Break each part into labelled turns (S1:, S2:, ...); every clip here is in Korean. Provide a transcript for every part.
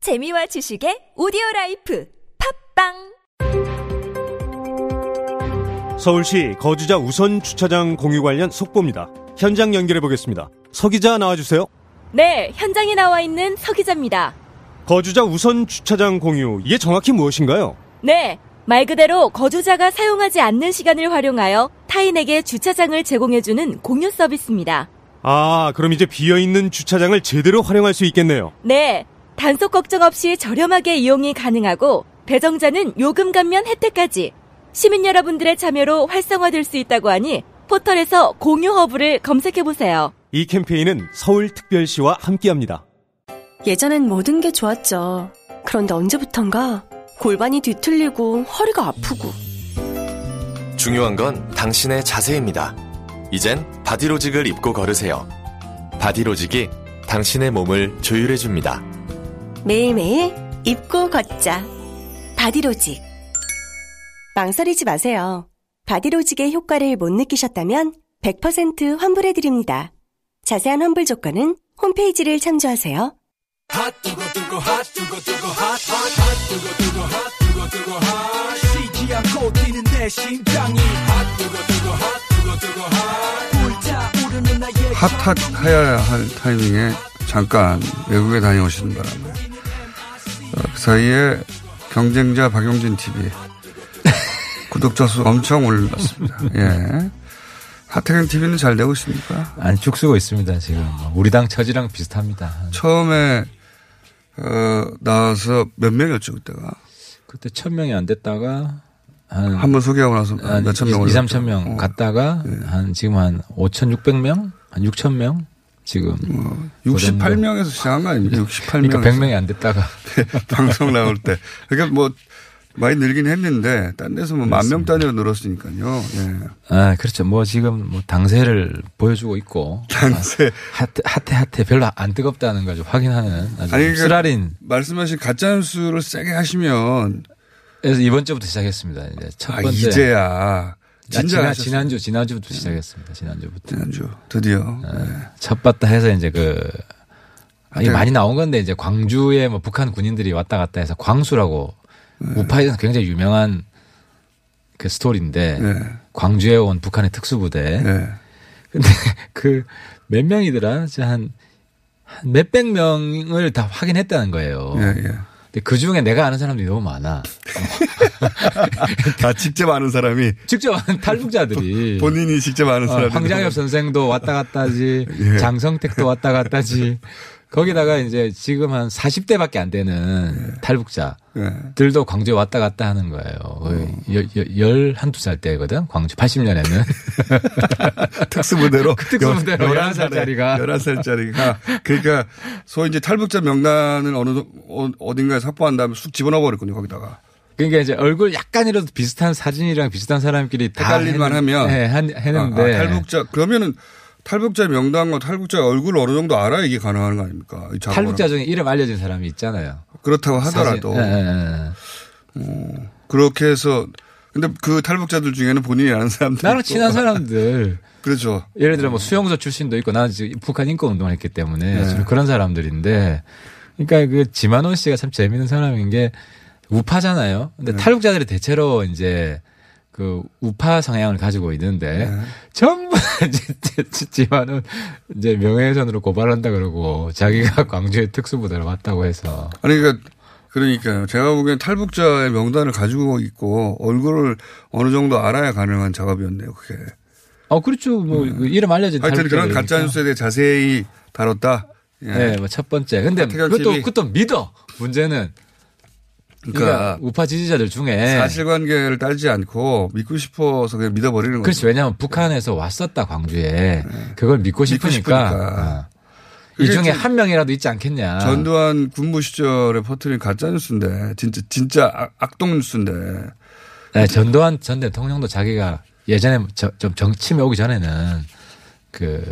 S1: 재미와 지식의 오디오 라이프 팝빵
S2: 서울시 거주자 우선 주차장 공유 관련 속보입니다. 현장 연결해 보겠습니다. 서 기자 나와주세요.
S1: 네, 현장에 나와 있는 서 기자입니다.
S2: 거주자 우선 주차장 공유 이게 정확히 무엇인가요?
S1: 네, 말 그대로 거주자가 사용하지 않는 시간을 활용하여 타인에게 주차장을 제공해주는 공유 서비스입니다.
S2: 아 그럼 이제 비어 있는 주차장을 제대로 활용할 수 있겠네요.
S1: 네, 단속 걱정 없이 저렴하게 이용이 가능하고 배정자는 요금 감면 혜택까지 시민 여러분들의 참여로 활성화될 수 있다고 하니 포털에서 공유 허브를 검색해 보세요.
S2: 이 캠페인은 서울특별시와 함께합니다.
S3: 예전엔 모든 게 좋았죠. 그런데 언제부턴가 골반이 뒤틀리고 허리가 아프고
S4: 중요한 건 당신의 자세입니다. 이젠 바디로직을 입고 걸으세요. 바디로직이 당신의 몸을 조율해줍니다.
S3: 매일매일 입고 걷자. 바디로직. 망설이지 마세요. 바디로직의 효과를 못 느끼셨다면 100% 환불해드립니다. 자세한 환불 조건은 홈페이지를 참조하세요.
S5: 쉬지 않고 뛰는데 심장이 핫 뜨거 뜨거 핫 뜨거 뜨거 핫 불타오르는 나의
S6: 핫핫해야 할 타이밍에 잠깐 외국에 다녀오시는 바람에 어, 그 사이에 경쟁자 박용진 TV 구독자 수 엄청 올랐습니다. 예. 하태경 TV는 잘 되고 있습니까?
S7: 아니 쭉 쓰고 있습니다 지금 우리 당 처지랑 비슷합니다
S6: 처음에 어, 나와서 몇 명이었죠 그때가
S7: 그때 천 명이 안 됐다가 한,
S6: 한 번 소개하고 나서
S7: 한
S6: 몇천
S7: 2,
S6: 명
S7: 2,
S6: 올랐죠.
S7: 3천 명
S6: 어.
S7: 갔다가 한 지금 한 5,600명 한 6천 명 지금
S6: 68명에서 시작한 거 아닙니까? 어, 68명.
S7: 그러니까 100명이 안 됐다가
S6: 방송 나올 때. 그러니까 뭐 많이 늘긴 했는데 딴 데서 뭐 만 명 단위로 늘었으니까요. 예.
S7: 아 그렇죠 뭐 지금 뭐 당세를 보여주고 있고
S6: 당세.
S7: 핫, 핫해 핫해 별로 안 뜨겁다는 걸 아주 확인하는 아주
S6: 아니, 그-
S7: 쓰라린
S6: 말씀하신 가짜뉴스를 세게 하시면
S7: 그래서 이번 주부터 시작했습니다 이제 첫
S6: 아,
S7: 번째
S6: 이제야
S7: 아, 지난,
S6: 진짜 네.
S7: 지난주 지난주부터 시작했습니다 지난주부터
S6: 지난주 드디어 네.
S7: 첫 봤다 해서 이제 그 이게
S6: 네.
S7: 많이 나온 건데 이제 광주에 뭐 북한 군인들이 왔다 갔다 해서 광수라고
S6: 네.
S7: 우파에서 굉장히 유명한 그 스토리인데
S6: 네.
S7: 광주에 온 북한의 특수부대
S6: 네.
S7: 근데 그 몇 명이더라 한 한 몇백 명을 다 확인했다는 거예요.
S6: 예, 예.
S7: 근데 그 중에 내가 아는 사람들이 너무 많아.
S6: 다 직접 아는 사람이
S7: 직접 아는 탈북자들이
S6: 본인이 직접 아는
S7: 예. 어,
S6: 사람이
S7: 황장엽 선생도 왔다 갔다지,
S6: 예.
S7: 장성택도 왔다 갔다지. 거기다가 이제 지금 한 40대밖에 안 되는 탈북자.
S6: 예.
S7: 들도 광주에 왔다 갔다 하는 거예요.
S6: 어.
S7: 거의 열, 열, 열 한두 살 때거든. 광주 80년에는.
S6: 특수부대로
S7: 그 특수부대로 11살 짜리가.
S6: 11살짜리가 그러니까 소위 이제 탈북자 명단을 어느 어- 어딘가에 삭제한 다음에 쑥 집어넣어 버렸군요 거기다가
S7: 그러니까 이제 얼굴 약간이라도 비슷한 사진이랑 비슷한 사람끼리 다
S6: 헷갈릴만
S7: 해는-
S6: 하면
S7: 예, 한- 했는데
S6: 아, 아, 탈북자 그러면은 탈북자 명단과 탈북자 얼굴 어느 정도 알아 야 이게 가능한 거 아닙니까? 이 작업을
S7: 탈북자 중에 이름 알려진 사람이 있잖아요.
S6: 그렇다고 하더라도
S7: 사진- 예, 예, 예.
S6: 그렇게 해서 근데 그 탈북자들 중에는 본인이 아는 사람들
S7: 나랑 친한 사람들
S6: 그렇죠.
S7: 예를 들어 뭐 수용소 출신도 있고 나는 지금 북한 인권 운동을 했기 때문에
S6: 네.
S7: 주로 그런 사람들인데 그러니까 그 지만원 씨가 참 재밌는 사람인 게 우파잖아요. 근데
S6: 네.
S7: 탈북자들이 대체로 이제 그 우파 성향을 가지고 있는데
S6: 네.
S7: 전부 이제 지- 지만원 이제 명예훼손으로 고발한다 그러고 자기가 광주에 특수부대로 왔다고 해서
S6: 아니 그러니까 그러니까요. 제가 보기엔 탈북자의 명단을 가지고 있고 얼굴을 어느 정도 알아야 가능한 작업이었네요. 그게
S7: 어 그렇죠 뭐그 이름 알려진
S6: 음. 하여튼 그런
S7: 탈북자들이니까.
S6: 가짜 뉴스에 대해 자세히 다뤘다. 예.
S7: 네, 뭐 첫 번째. 근데
S6: 하태경
S7: 그것도
S6: TV.
S7: 그것도 믿어. 문제는
S6: 그러니까
S7: 그러니까 예. 우파 지지자들 중에
S6: 사실관계를 따지지 않고 믿고 싶어서 그냥 믿어버리는 거죠.
S7: 음. 그렇지 왜냐하면 북한에서 왔었다 광주에 그걸 믿고
S6: 네. 믿고
S7: 싶으니까,
S6: 싶으니까.
S7: 어. 이
S6: 그게
S7: 중에
S6: 좀
S7: 한 명이라도 있지 않겠냐.
S6: 전두환 군부 시절에 퍼뜨린 가짜 뉴스인데 진짜 진짜 악- 악동 뉴스인데
S7: 네, 전두환 전 대통령도 자기가 예전에 저- 좀 정치에 오기 전에는 그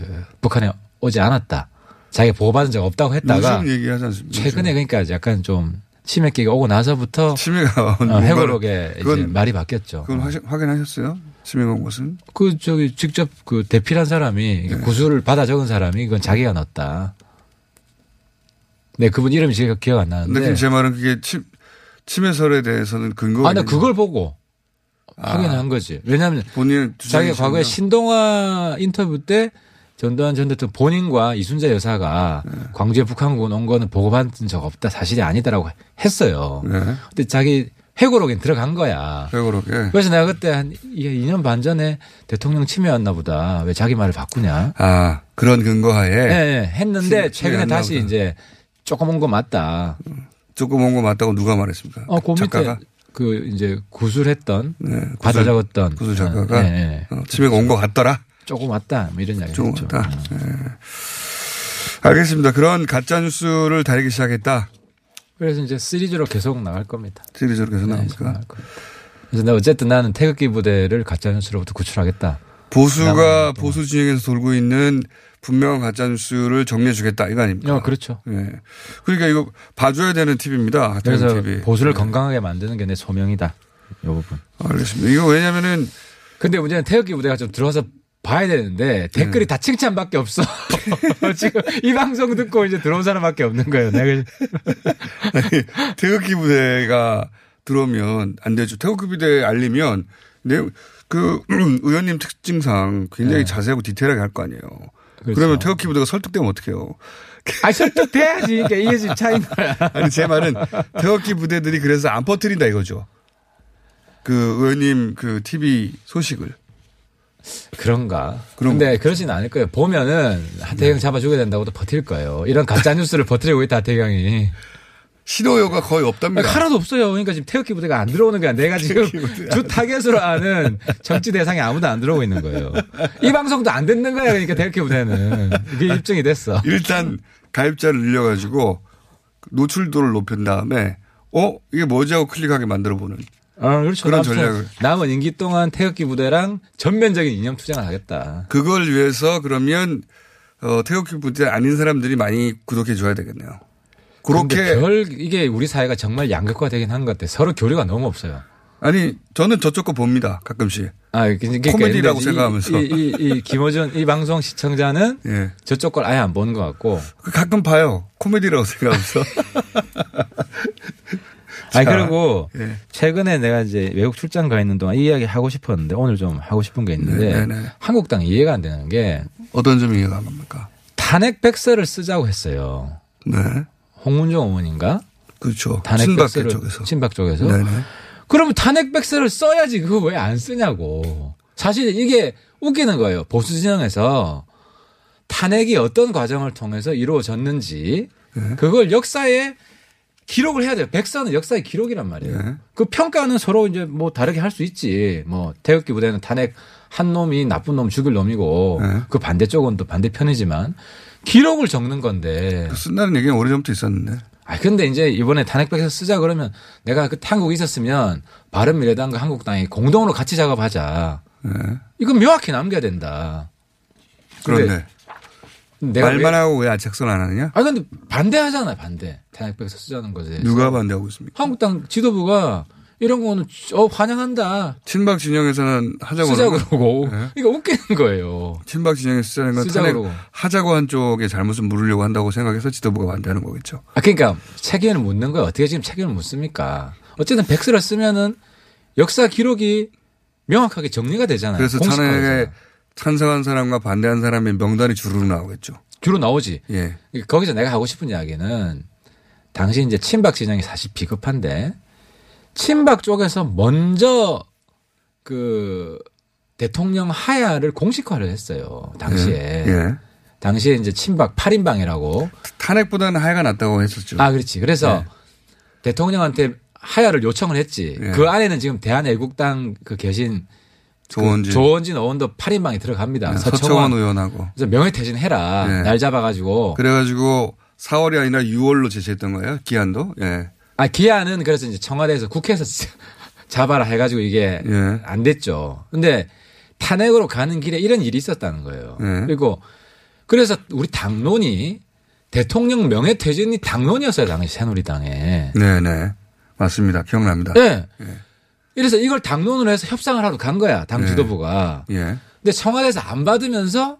S7: 북한에 오지 않았다. 자기가 보호받은 적 없다고 했다가
S6: 무슨 얘기하지 않습니까?
S7: 최근에 그러니까 약간 좀 치맥기가 오고 나서부터
S6: 치매가
S7: 어, 회고록에 이제
S6: 그건,
S7: 말이 바뀌었죠.
S6: 그건 확- 확인하셨어요? 치매가 온 것은
S7: 그 저기 직접 그
S6: 네.
S7: 대필한 사람이 구술을 받아 적은 사람이 이건 자기가 넣었다. 네, 그분 이름이 제가 기억 안 나는데.
S6: 근데 그럼 제 말은 그게 침, 침해설에 대해서는 아. 근거가
S7: 아, 나
S6: 있냐.
S7: 그걸 보고 확인한 거지. 왜냐하면
S6: 본인의
S7: 자기
S6: 주장이
S7: 과거에 신동아 인터뷰 때 전두환 전 대통령 본인과 이순자 여사가
S6: 네.
S7: 광주에 북한군 온 거는 보고받은 적 없다. 사실이 아니다라고 했어요.
S6: 네.
S7: 근데 자기 회고록엔 들어간 거야.
S6: 회고록에.
S7: 그래서 내가 그때 한 2년 반 전에 대통령 침해였나 보다. 왜 자기 말을 바꾸냐.
S6: 아, 그런 근거하에
S7: 예, 예,
S6: 침해
S7: 했는데 최근에
S6: 왔나
S7: 다시
S6: 보다.
S7: 이제 조그만 거 맞다.
S6: 조그만 거 맞다고 누가 말했습니까?
S7: 어, 그 밑에
S6: 작가가?
S7: 그 이제 구술했던
S6: 네, 구술-
S7: 받아 적었던
S6: 구술 작가가
S7: 예, 예.
S6: 어, 침해가 온 것 같더라.
S7: 조금 왔다 뭐 이런 이야기
S6: 조금 같다. 네. 알겠습니다. 그런 가짜뉴스를 다루기 시작했다.
S7: 그래서 이제 시리즈로 계속 나갈 겁니다.
S6: 시리즈로 계속
S7: 네, 계속
S6: 나옵니까?
S7: 나갈 겁니다. 그래서 나 어쨌든 나는 태극기 부대를 가짜뉴스로부터 구출하겠다.
S6: 보수가 보수 진영에서 돌고 있는 분명한 가짜뉴스를 정리해 주겠다. 이거 아닙니까?
S7: 어, 그렇죠.
S6: 예. 그러니까 이거 봐줘야 되는 팁입니다.
S7: 그래서
S6: 하태경 TV. 네.
S7: 보수를 건강하게 만드는 게 내 소명이다. 요 부분.
S6: 알겠습니다. 이거 왜냐면은
S7: 근데 문제는 태극기 부대가 좀 들어와서 봐야 되는데 댓글이 다 칭찬밖에 없어. 지금 이 방송 듣고 이제 들어온 사람밖에 없는 거예요. 내가 그래서
S6: 아니, 태극기 부대가 들어오면 안 되죠. 태극기 부대 알리면 내 그 의원님 특징상 굉장히
S7: 네.
S6: 자세하고 디테일하게 할 거 아니에요.
S7: 그렇죠.
S6: 그러면 태극기 부대가 설득되면 어떡해요?
S7: 아 설득돼야지. 그러니까 이게 지금 차인 거야.
S6: 아니 제 말은 태극기 부대들이 그래서 안 퍼뜨린다 이거죠. 그 의원님 그 TV 소식을
S7: 그런가.
S6: 그럼-
S7: 근데 그러진 않을 거예요. 네. 보면은 하태경 잡아줘야 된다고도 버틸 거예요. 이런 가짜 뉴스를 버티려고 있다 하태경이.
S6: 신호요가 거의 없답니다.
S7: 하나도 없어요. 그러니까 지금 태극기 부대가 안 들어오는 거야. 내가 지금 주 타겟으로 아는 정치 대상이 아무도 안 들어오고 있는 거예요. 이 방송도 안 듣는 거야. 그러니까 태극기 부대는. 그게 입증이 됐어.
S6: 일단 가입자를 늘려가지고 노출도를 높인 다음에 어 이게 뭐지 하고 클릭하게 만들어 보는
S7: 아, 그렇죠.
S6: 그런
S7: 아무튼
S6: 전략을.
S7: 남은 임기 동안 태극기 부대랑 전면적인 이념 투쟁을 하겠다.
S6: 그걸 위해서 그러면 어, 태극기 부대 아닌 사람들이 많이 구독해 줘야 되겠네요.
S7: 근데
S6: 그렇게
S7: 별 이게 우리 사회가 정말 양극화 되긴 한 것 같아. 서로 교류가 너무 없어요.
S6: 아니 저는 저쪽 거 봅니다 가끔씩
S7: 아, 그- 그러니까
S6: 코미디라고
S7: 이-
S6: 생각하면서.
S7: 이, 이, 이, 김호준 이 방송 시청자는
S6: 예.
S7: 저쪽 걸 아예 안 보는 것 같고.
S6: 그 가끔 봐요 코미디라고 생각하면서
S7: 아니
S6: 자,
S7: 그리고
S6: 예.
S7: 최근에 내가 이제 외국 출장 가 있는 동안 이 이야기 하고 싶었는데 오늘 좀 하고 싶은 게 있는데
S6: 네, 네, 네.
S7: 한국당 이해가 안 되는 게
S6: 어떤 점이 이해가 안 갑니까?
S7: 탄핵 백서를 쓰자고 했어요.
S6: 네
S7: 홍문종 의원인가?
S6: 그렇죠
S7: 탄핵
S6: 친박계
S7: 백서를-
S6: 쪽에서
S7: 친박 쪽에서.
S6: 네네
S7: 그러면 탄핵 백서를 써야지 그거 왜 안 쓰냐고. 사실 이게 웃기는 거예요. 보수 진영에서 탄핵이 어떤 과정을 통해서 이루어졌는지
S6: 네.
S7: 그걸 역사에 기록을 해야 돼요. 백서는 역사의 기록이란 말이에요.
S6: 네.
S7: 그 평가는 서로 이제 뭐 다르게 할 수 있지. 뭐 태극기 부대는 탄핵 한 놈이 나쁜 놈 죽일 놈이고
S6: 네.
S7: 그 반대쪽은 또 반대편이지만 기록을 적는 건데
S6: 그 쓴다는 얘기는 오래전부터 있었는데
S7: 아 근데 이제 이번에 탄핵백서 쓰자 그러면 내가 그 한국에 있었으면 바른미래당과 한국당이 공동으로 같이 작업하자.
S6: 네.
S7: 이건 명확히 남겨야 된다. 근데
S6: 그런데
S7: 내가
S6: 말만
S7: 왜-
S6: 하고 왜 작성 안 하느냐
S7: 아 네. 근데 반대하잖아요 반대. 탄핵백서 쓰자는 거지.
S6: 누가 반대하고 있습니까?
S7: 한국당 지도부가 이런 거는 어 환영한다.
S6: 친박 진영에서는 하자고
S7: 쓰자
S6: 하는 거-
S7: 그러고
S6: 네.
S7: 이거 웃기는 거예요.
S6: 친박 진영에서 쓰자는 건
S7: 쓰자고
S6: 탄핵
S7: 그러고.
S6: 하자고 한 쪽의 잘못을 물으려고 한다고 생각해서 지도부가 반대하는 거겠죠.
S7: 아 그러니까 책임을 묻는 거예요. 어떻게 지금 책임을 묻습니까? 어쨌든 백서를 쓰면은 역사 기록이 명확하게 정리가 되잖아요.
S6: 그래서
S7: 네, 공식화되잖아요.
S6: 탄핵에 찬성한 사람과 반대한 사람의 명단이 주르르 나오겠죠.
S7: 주로 나오지.
S6: 예.
S7: 거기서 내가 하고 싶은 이야기는 당시 이제 친박 진영이 사실 비겁한데 친박 쪽에서 먼저 그 대통령 하야를 공식화를 했어요. 당시에.
S6: 예.
S7: 당시에 이제 친박 8인방이라고.
S6: 탄핵보다는 하야가 낫다고 했었죠.
S7: 아, 그렇지. 그래서 대통령한테 하야를 요청을 했지.
S6: 예.
S7: 그 안에는 지금 대한애국당 그 계신
S6: 조원진.
S7: 그 조원진 의원도 8인방이 들어갑니다.
S6: 예,
S7: 서청원.
S6: 서청원 의원하고.
S7: 그래서 명예퇴진해라.
S6: 예.
S7: 날 잡아가지고.
S6: 그래가지고 4월이 아니라 6월로 제시했던 거예요. 기한도. 예.
S7: 아 기아는 그래서 이제 청와대에서 국회에서 잡아라 해가지고 이게
S6: 예.
S7: 안 됐죠. 근데 탄핵으로 가는 길에 이런 일이 있었다는 거예요.
S6: 예.
S7: 그리고 그래서 우리 당론이 대통령 명예퇴진이 당론이었어요 당시 새누리당에.
S6: 네네. 맞습니다. 기억납니다.
S7: 예. 이래서 이걸 당론으로 해서 협상을 하러 간 거야 당
S6: 예.
S7: 지도부가.
S6: 예.
S7: 근데
S6: 네.
S7: 청와대에서 안 받으면서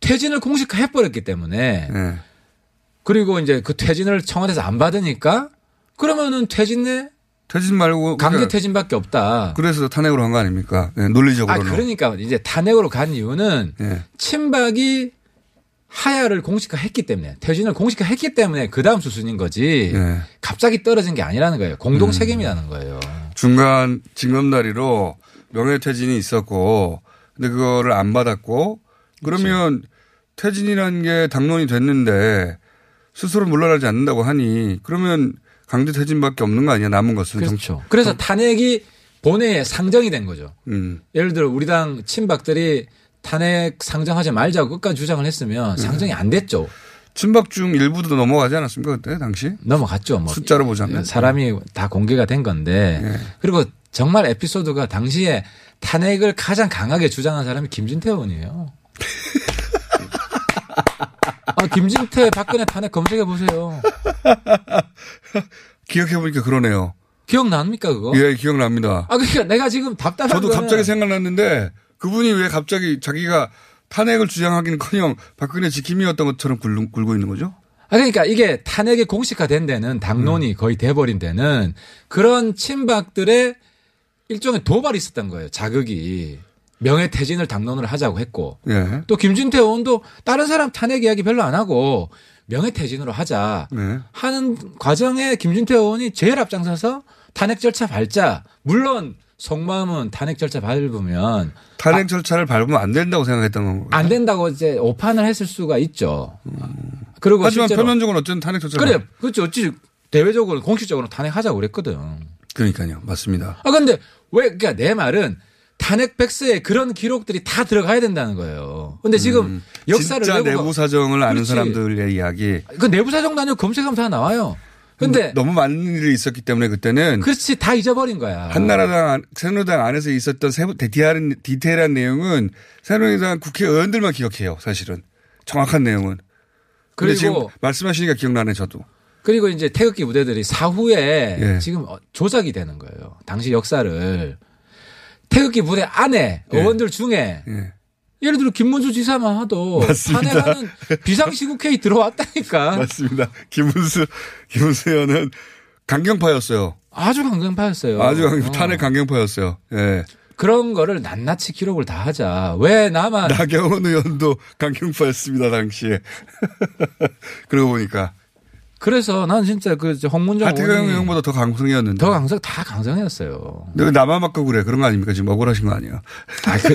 S7: 퇴진을 공식화해버렸기 때문에
S6: 예.
S7: 그리고 이제 그 퇴진을 청와대에서 안 받으니까 그러면은 퇴진에
S6: 퇴진 말고
S7: 강제
S6: 그러니까
S7: 퇴진밖에 없다.
S6: 그래서 탄핵으로 한 거 아닙니까? 예, 논리적으로는.
S7: 아 그러니까 이제 탄핵으로 간 이유는
S6: 예.
S7: 친박이 하야를 공식화했기 때문에 퇴진을 공식화했기 때문에 그 다음 수순인 거지
S6: 예.
S7: 갑자기 떨어진 게 아니라는 거예요. 공동 책임이라는 거예요.
S6: 중간 징검다리로 명예퇴진이 있었고 근데 그거를 안 받았고 그러면 퇴진이라는 게 당론이 됐는데 스스로 물러나지 않는다고 하니 그러면 강제 퇴진밖에 없는 거 아니야 남은 것은
S7: 그렇죠. 그래서 탄핵이 본회의 상정이 된 거죠.
S6: 음.
S7: 예를 들어 우리 당 친박들이 탄핵 상정하지 말자고 끝까지 주장을 했으면 상정이 안 됐죠.
S6: 친박 중 일부도 넘어가지 않았습니까 그때 당시
S7: 넘어갔죠. 뭐
S6: 숫자로 보자면. 예.
S7: 사람이 다 공개가 된 건데 그리고 정말 에피소드가 당시에 탄핵을 가장 강하게 주장한 사람이 김진태 의원이에요. 아, 김진태 박근혜 탄핵 검색해 보세요.
S6: 기억해 보니까 그러네요
S7: 기억납니까 그거?
S6: 예 기억납니다
S7: 아 그러니까 내가 지금 답답한
S6: 저도
S7: 거는
S6: 갑자기 생각났는데 그분이 왜 갑자기 자기가 탄핵을 주장하기는커녕 박근혜 지킴이었던 것처럼 굴- 굴고 있는 거죠?
S7: 아 그러니까 이게 탄핵이 공식화된 데는 당론이
S6: 음.
S7: 거의 돼버린 데는 그런 친박들의 일종의 도발이 있었던 거예요. 자극이 명예퇴진을 당론으로 하자고 했고
S6: 예.
S7: 또 김진태 의원도 다른 사람 탄핵 이야기 별로 안 하고 명예퇴진으로 하자
S6: 네.
S7: 하는 과정에 김진태 의원이 제일 앞장서서 탄핵 절차 밟자 물론 속마음은 탄핵 절차 밟으면
S6: 탄핵 절차를 밟으면 안 된다고 생각했던 건가요?
S7: 아. 안 된다고 이제 오판을 했을 수가 있죠. 그리고
S6: 하지만
S7: 실제로
S6: 표면적으로 어쨌든 탄핵 절차.
S7: 그래 그렇죠 어찌 대외적으로 공식적으로 탄핵하자고 그랬거든.
S6: 그러니까요. 맞습니다.
S7: 아 근데 왜 그러니까 내 말은 탄핵 백서에 그런 기록들이 다 들어가야 된다는 거예요. 근데 지금 역사를
S6: 음. 진짜
S7: 외우고
S6: 내부 사정을 아는
S7: 그렇지.
S6: 사람들의 이야기.
S7: 그 내부 사정도 아니고 검색하면 다 나와요. 근데
S6: 음, 너무 많은 일이 있었기 때문에 그때는
S7: 그렇지 다 잊어버린 거야.
S6: 한나라당 안- 새누리당 안에서 있었던 세부- 디테일한, 디테일한 내용은 새누리당 국회의원들만 기억해요. 사실은 정확한 내용은. 근데 지금
S7: 그리고
S6: 말씀하시니까 기억나네 저도.
S7: 그리고 이제 태극기 부대들이 사후에
S6: 예.
S7: 지금 어, 조작이 되는 거예요. 당시 역사를 태극기 부대 안에 의원들 중에
S6: 예.
S7: 예를 들어 김문수 지사만 하도 탄핵하는 비상시국회의 들어왔다니까
S6: 맞습니다. 김문수 김문수 의원은 강경파였어요.
S7: 아주 강경파였어요.
S6: 아주 강-
S7: 어.
S6: 탄핵 강경파였어요. 예.
S7: 그런 거를 낱낱이 기록을 다 하자. 왜 나만
S6: 나경원 의원도 강경파였습니다 당시에. 그러고 보니까
S7: 그래서 난 진짜 그 이제 홍문정
S6: 하태경
S7: 의원이
S6: 의원보다 더 강성이었는데.
S7: 더 강성 다 강성이었어요.
S6: 근데 왜 나만 맞고 그래 그런 거 아닙니까 지금 억울하신 거 아니에요?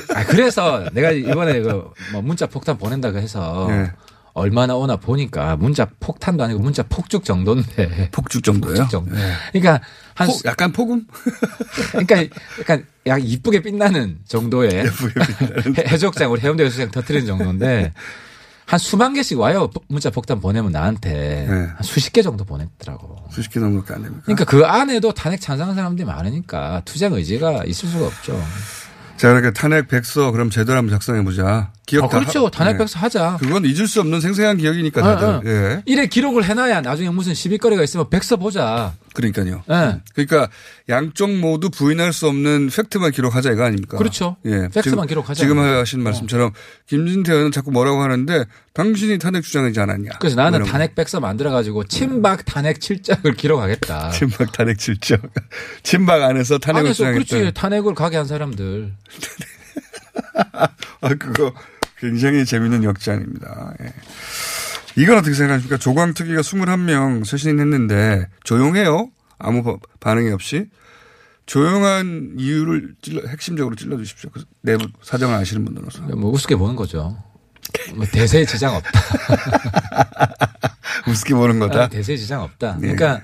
S7: 아, 그, 래서 내가 이번에 그 뭐 문자 폭탄 보낸다고 해서
S6: 예.
S7: 얼마나 오나 보니까 문자 폭탄도 아니고 문자 폭죽 정도인데.
S6: 폭죽 정도예요.
S7: 정도.
S6: 예.
S7: 그러니까 한
S6: 폭,
S7: 수-
S6: 약간 폭음?
S7: 그러니까 약간 약 이쁘게 빛나는 정도의 해- 해적장 우리 해운대 해수장 터트리는 정도인데 한 수만 개씩 와요 문자 폭탄 보내면
S6: 네.
S7: 나한테 한 수십 개 정도 보냈더라고.
S6: 수십 개 넘는 거안 됩니까?
S7: 그러니까 그 안에도 탄핵 찬성한 사람들이 많으니까 투쟁 의지가 있을 수가 없죠.
S6: 자, 그러니까 탄핵 백서 그럼 제대로 한번 작성해 보자. 기억
S7: 어,
S6: 다
S7: 그렇죠.
S6: 하-
S7: 탄핵
S6: 예.
S7: 백서 하자.
S6: 그건 잊을 수 없는 생생한 기억이니까 다들.
S7: 어, 어.
S6: 예.
S7: 이래 기록을 해놔야 나중에 무슨 시비거리가 있으면 백서 보자.
S6: 그러니까요.
S7: 예.
S6: 그러니까 양쪽 모두 부인할 수 없는 팩트만 기록하자 이거 아닙니까? 예.
S7: 그렇죠. 팩트만
S6: 지금-
S7: 기록하자. 네. 어.
S6: 지금 하신 말씀처럼 김진태 의원은 자꾸 뭐라고 하는데 당신이 탄핵 주장하지 않았냐.
S7: 그래서 나는
S6: 이런 거.
S7: 탄핵 백서 만들어가지고 친박 탄핵 칠작을 기록하겠다.
S6: 친박 탄핵 질적. 친박 안에서 탄핵을
S7: 안에서
S6: 주장했다.
S7: 그렇지 탄핵을 가게 한 사람들.
S6: 아 그거 굉장히 재밌는 역장입니다. 예. 이건 어떻게 생각하십니까? 조광특위가 21명 쇄신했는데 조용해요. 아무 바- 반응이 없이. 조용한 이유를 찔러, 핵심적으로 찔러주십시오. 그 내부 사정을 아시는 분으로서.
S7: 뭐 우습게 보는 거죠. 뭐 대세에 지장 없다. 예,
S6: 우습게 보는 거다. 예.
S7: 대세에 지장 없다. 그러니까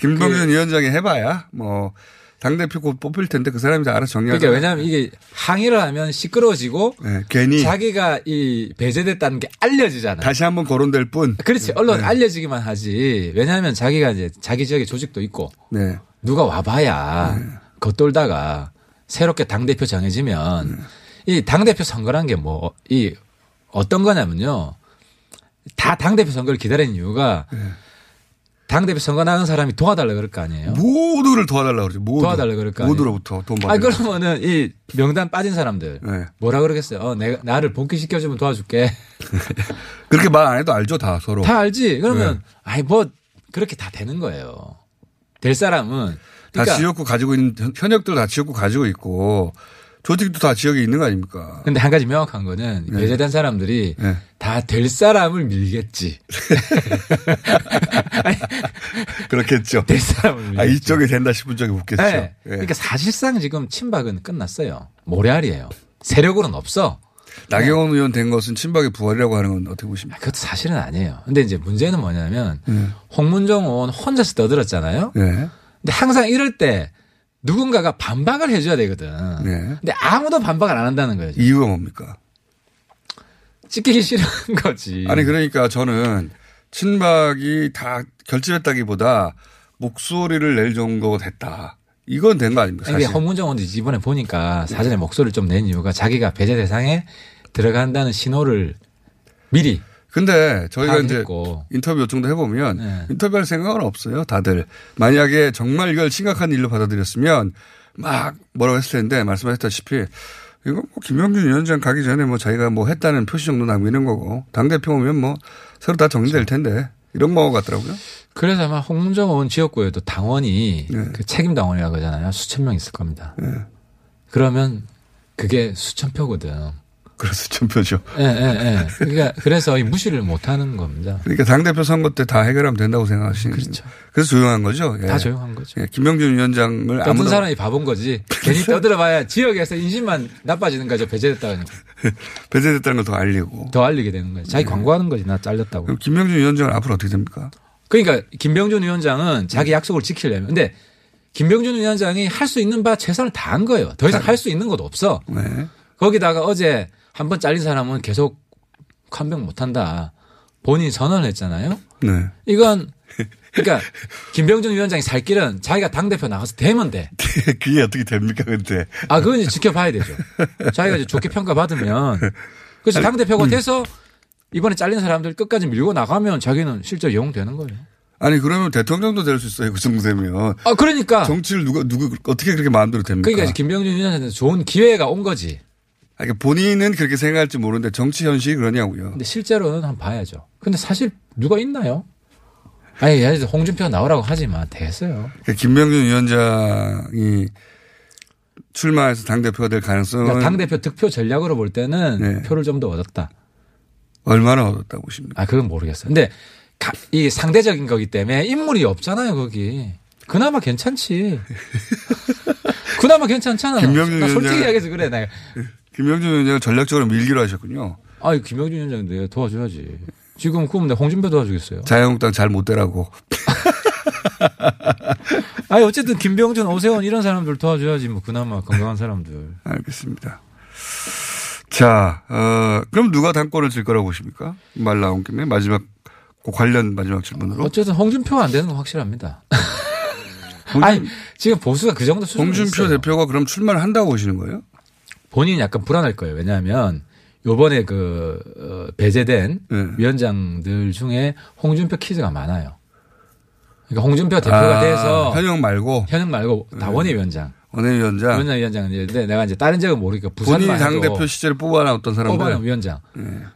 S6: 김동연
S7: 그
S6: 위원장이 해봐야 뭐 당대표 곧 뽑힐 텐데 그 사람이 다 알아서 정리하고.
S7: 그러니까 왜냐하면 이게 항의를 하면 시끄러워지고
S6: 네, 괜히
S7: 자기가 이 배제됐다는 게 알려지잖아.
S6: 다시 예. 한번 거론될 뿐.
S7: 그렇지 언론 에 알려지기만 하지. 왜냐하면 자기가 이제 자기 지역에 조직도 있고
S6: 네.
S7: 누가 와봐야 겉돌다가 새롭게 당 대표 정해지면 이당 대표 선거란 게 뭐 이 어떤 거냐면요. 다 당 대표 선거를 기다리는 이유가 당대표 선거 나간 사람이 도와달라 그럴 거 아니에요.
S6: 모두를 도와달라 그러죠. 모두.
S7: 도와달라 그럴 거 아니에요.
S6: 모두로부터 돈 받아.
S7: 아 그러면은 이 명단 빠진 사람들
S6: 네.
S7: 뭐라 그러겠어요? 어, 내가 나를 복귀시켜 주면 도와줄게.
S6: 그렇게 말 안 해도 알죠 다 서로.
S7: 다 알지? 그러면
S6: 어. 네.
S7: 아이 뭐 그렇게 다 되는 거예요. 될 사람은
S6: 다
S7: 그러니까
S6: 지역구 가지고 있는 현- 현역들 다 지역구 가지고 있고 조직도 다 지역에 있는 거 아닙니까?
S7: 근데 한 가지 명확한 거는 배제된 사람들이
S6: 네.
S7: 다 될 사람을 밀겠지. 아니,
S6: 그렇겠죠.
S7: 될 사람을 밀겠지.
S6: 아 이쪽이 된다 싶은 쪽이 웃겠죠.
S7: 네.
S6: 예.
S7: 그러니까 사실상 지금 친박은 끝났어요. 모래알이에요. 세력으로는 없어.
S6: 네. 나경원 의원 된 것은 친박의 부활이라고 하는 건 어떻게
S7: 아,
S6: 보십니까? 네.
S7: 그것도 사실은 아니에요. 근데 이제 문제는 뭐냐면 홍문종 의원 혼자서 떠들었잖아요.
S6: 예.
S7: 근데 항상 이럴 때 누군가가 반박을 해줘야 되거든.
S6: 네.
S7: 근데 아무도 반박을 안 한다는 거예요. 지금.
S6: 이유가 뭡니까?
S7: 찍히기 싫은 거지.
S6: 아니 그러니까 저는 친박이 다 결집했다기보다 목소리를 낼 정도가 됐다. 이건 된 거 아닙니까?
S7: 그러니까 이게
S6: 사실.
S7: 홍문정 의원도 이번에 보니까 사전에 목소리를 좀 낸 이유가 자기가 배제 대상에 들어간다는 신호를 미리
S6: 근데 저희가 아, 이제
S7: 파악했고.
S6: 인터뷰 요청도 해보면
S7: 네.
S6: 인터뷰할 생각은 없어요. 다들 만약에 정말 이걸 심각한 일로 받아들였으면 막 뭐라고 했을 텐데 말씀하셨다시피 이거 뭐 김영준 위원장 가기 전에 뭐 자기가 뭐 했다는 표시 정도 남기는 거고 당 대표 오면 뭐 서로 다 정리될
S7: 그렇죠.
S6: 텐데 이런 거 같더라고요.
S7: 그래서 아마 홍문정 의원 지역구에도 당원이
S6: 네.
S7: 그 책임 당원이라고 하잖아요. 수천 명 있을 겁니다. 그러면 그게 수천 표거든.
S6: 그래서 좀 표죠.
S7: 예, 예, 예. 그러니까 그래서 이 무시를 못 하는 겁니다.
S6: 그러니까 당대표 선거 때 다 해결하면 된다고 생각하시는
S7: 그렇죠.
S6: 그래서 조용한 거죠. 예.
S7: 다 조용한 거죠.
S6: 예. 김명준 위원장을
S7: 어떤
S6: 아무도
S7: 사람이 봐본 거지. 괜히 떠들어봐야 지역에서 인심만 나빠지는 거죠. 배제됐다고
S6: 배제됐다는 걸 더 알리고.
S7: 더 알리게 되는 거죠.
S6: 네.
S7: 자기 광고하는 거지. 나 잘렸다고.
S6: 그럼 김명준 위원장은 앞으로 어떻게 됩니까?
S7: 그러니까 김병준 위원장은 자기 약속을 지키려면. 근데 김병준 위원장이 할 수 있는 바 최선을 다한 거예요. 더 이상 할 수 있는 것도 없어.
S6: 네.
S7: 거기다가 어제 한 번 잘린 사람은 계속 컴백 못 한다. 본인이 선언을 했잖아요.
S6: 네.
S7: 이건 그러니까 김병준 위원장이 살 길은 자기가 당대표 나가서 되면 돼.
S6: 그게 어떻게 됩니까, 근데.
S7: 아, 그건 이제 지켜봐야 되죠. 자기가 이제 좋게 평가받으면. 그래서 당대표가 돼서 이번에 잘린 사람들 끝까지 밀고 나가면 자기는 실제 영웅 되는 거예요.
S6: 아니, 그러면 대통령도 될 수 있어요, 그 정도 되면.
S7: 아, 그러니까.
S6: 정치를 누가, 누구, 어떻게 그렇게 마음대로 됩니까?
S7: 그러니까 이제 김병준 위원장한테 좋은 기회가 온 거지.
S6: 아, 그러니까 본인은 그렇게 생각할지 모르는데 정치 현실이 그러냐고요.
S7: 근데 실제로는 한번 봐야죠. 근데 사실 누가 있나요? 아니, 예를 들어 홍준표 나오라고 하지만 됐어요.
S6: 그러니까 김명준 위원장이 출마해서 당대표가 될 가능성은
S7: 그러니까 당대표 득표 전략으로 볼 때는
S6: 네.
S7: 표를 좀 더 얻었다.
S6: 얼마나 얻었다고 보십니까?
S7: 아, 그건 모르겠어요. 근데 가- 이 상대적인 거기 때문에 인물이 없잖아요, 거기. 그나마 괜찮지. 그나마 괜찮잖아.
S6: 김명준
S7: 나 솔직히
S6: 위원장은-
S7: 이야기해서 그래. 나.
S6: 김명준 위원장은 전략적으로 밀기로 하셨군요.
S7: 아, 김명준 위원장 내가 도와줘야지. 지금 그럼 내가 홍준표 도와주겠어요.
S6: 자유한국당 잘 못 되라고.
S7: 아니 어쨌든 김병준, 오세훈 이런 사람들 도와줘야지 뭐 그나마 건강한 사람들.
S6: 알겠습니다. 자, 어, 그럼 누가 당권을 질 거라고 보십니까? 말 나온 김에 마지막, 그 관련 마지막 질문으로.
S7: 어쨌든 홍준표가 안 되는 건 확실합니다. 아니 지금 보수가 그 정도 수준.
S6: 홍준표 대표가 그럼 출마를 한다고 보시는 거예요?
S7: 본인이 약간 불안할 거예요. 왜냐하면 요번에 그 어, 배제된
S6: 네.
S7: 위원장들 중에 홍준표 키즈가 많아요. 그러니까 홍준표 대표가
S6: 아, 네.
S7: 돼서 현역,
S6: 현영 말고
S7: 말고 다 원외위원장,
S6: 원내위원장.
S7: 위원장 위원장은 이제 내가 이제 다른 지역은 모르니까
S6: 네. 본인이
S7: 부산만 해도
S6: 당대표 시절에 뽑아놨던
S7: 뽑아낸
S6: 사람들. 예.
S7: 위원장.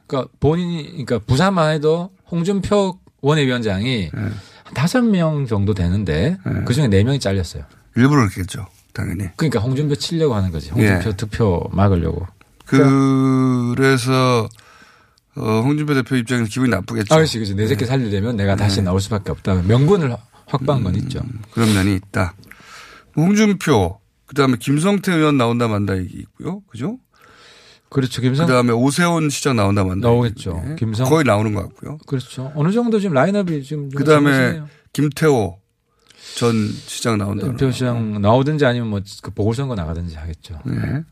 S7: 그러니까 본인이 그러니까 부산만 해도 홍준표 원외위원장이 한 다섯 명 정도 되는데
S6: 예.
S7: 그 중에 네 명이 잘렸어요.
S6: 일부러 그렇겠죠. 당연히.
S7: 그러니까 홍준표 치려고 하는 거지. 홍준표
S6: 예.
S7: 득표 막으려고.
S6: 그래서, 어, 홍준표 대표 입장에서 기분이 나쁘겠죠. 예.
S7: 아, 그렇지, 그렇지. 내 새끼 살리려면 내가 다시 나올 수밖에 없다. 명분을 확보한
S6: 음.
S7: 건 있죠.
S6: 그런 면이 있다. 홍준표, 그 다음에 김성태 의원 나온다 만다 얘기 있고요. 그죠?
S7: 그렇죠. 김성.
S6: 그 다음에 오세훈 시장 나온다 만다.
S7: 나오겠죠.
S6: 얘기인데
S7: 김성-
S6: 거의 나오는 것 같고요.
S7: 그렇죠. 어느 정도 지금 라인업이 지금 좀
S6: 그 다음에
S7: 정해지네요.
S6: 김태호 전 시장 나온다.
S7: 대표 시장 나오든지 아니면 뭐 그 보궐선거 나가든지 하겠죠.
S6: 네.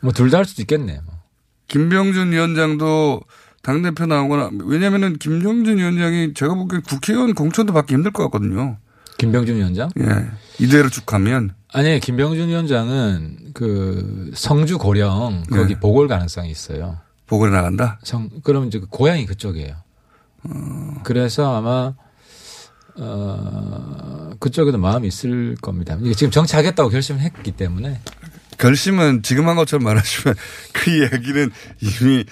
S7: 뭐 둘 다 할 수도 있겠네. 뭐.
S6: 김병준 위원장도 당대표 나오거나 왜냐면은 김병준 위원장이 제가 보기엔 국회의원 공천도 받기 힘들 것 같거든요.
S7: 김병준 위원장?
S6: 예. 이대로 쭉 가면
S7: 아니, 김병준 위원장은 그 성주 고령 거기
S6: 네.
S7: 보궐 가능성이 있어요.
S6: 보궐에 나간다.
S7: 성 그럼 이제 그 고향이 그쪽이에요. 그래서 아마 어, 그쪽에도 마음이 있을 겁니다. 이게 지금 정치하겠다고 결심을 했기 때문에
S6: 결심은 지금 한 것처럼 말하시면 그 이야기는 이미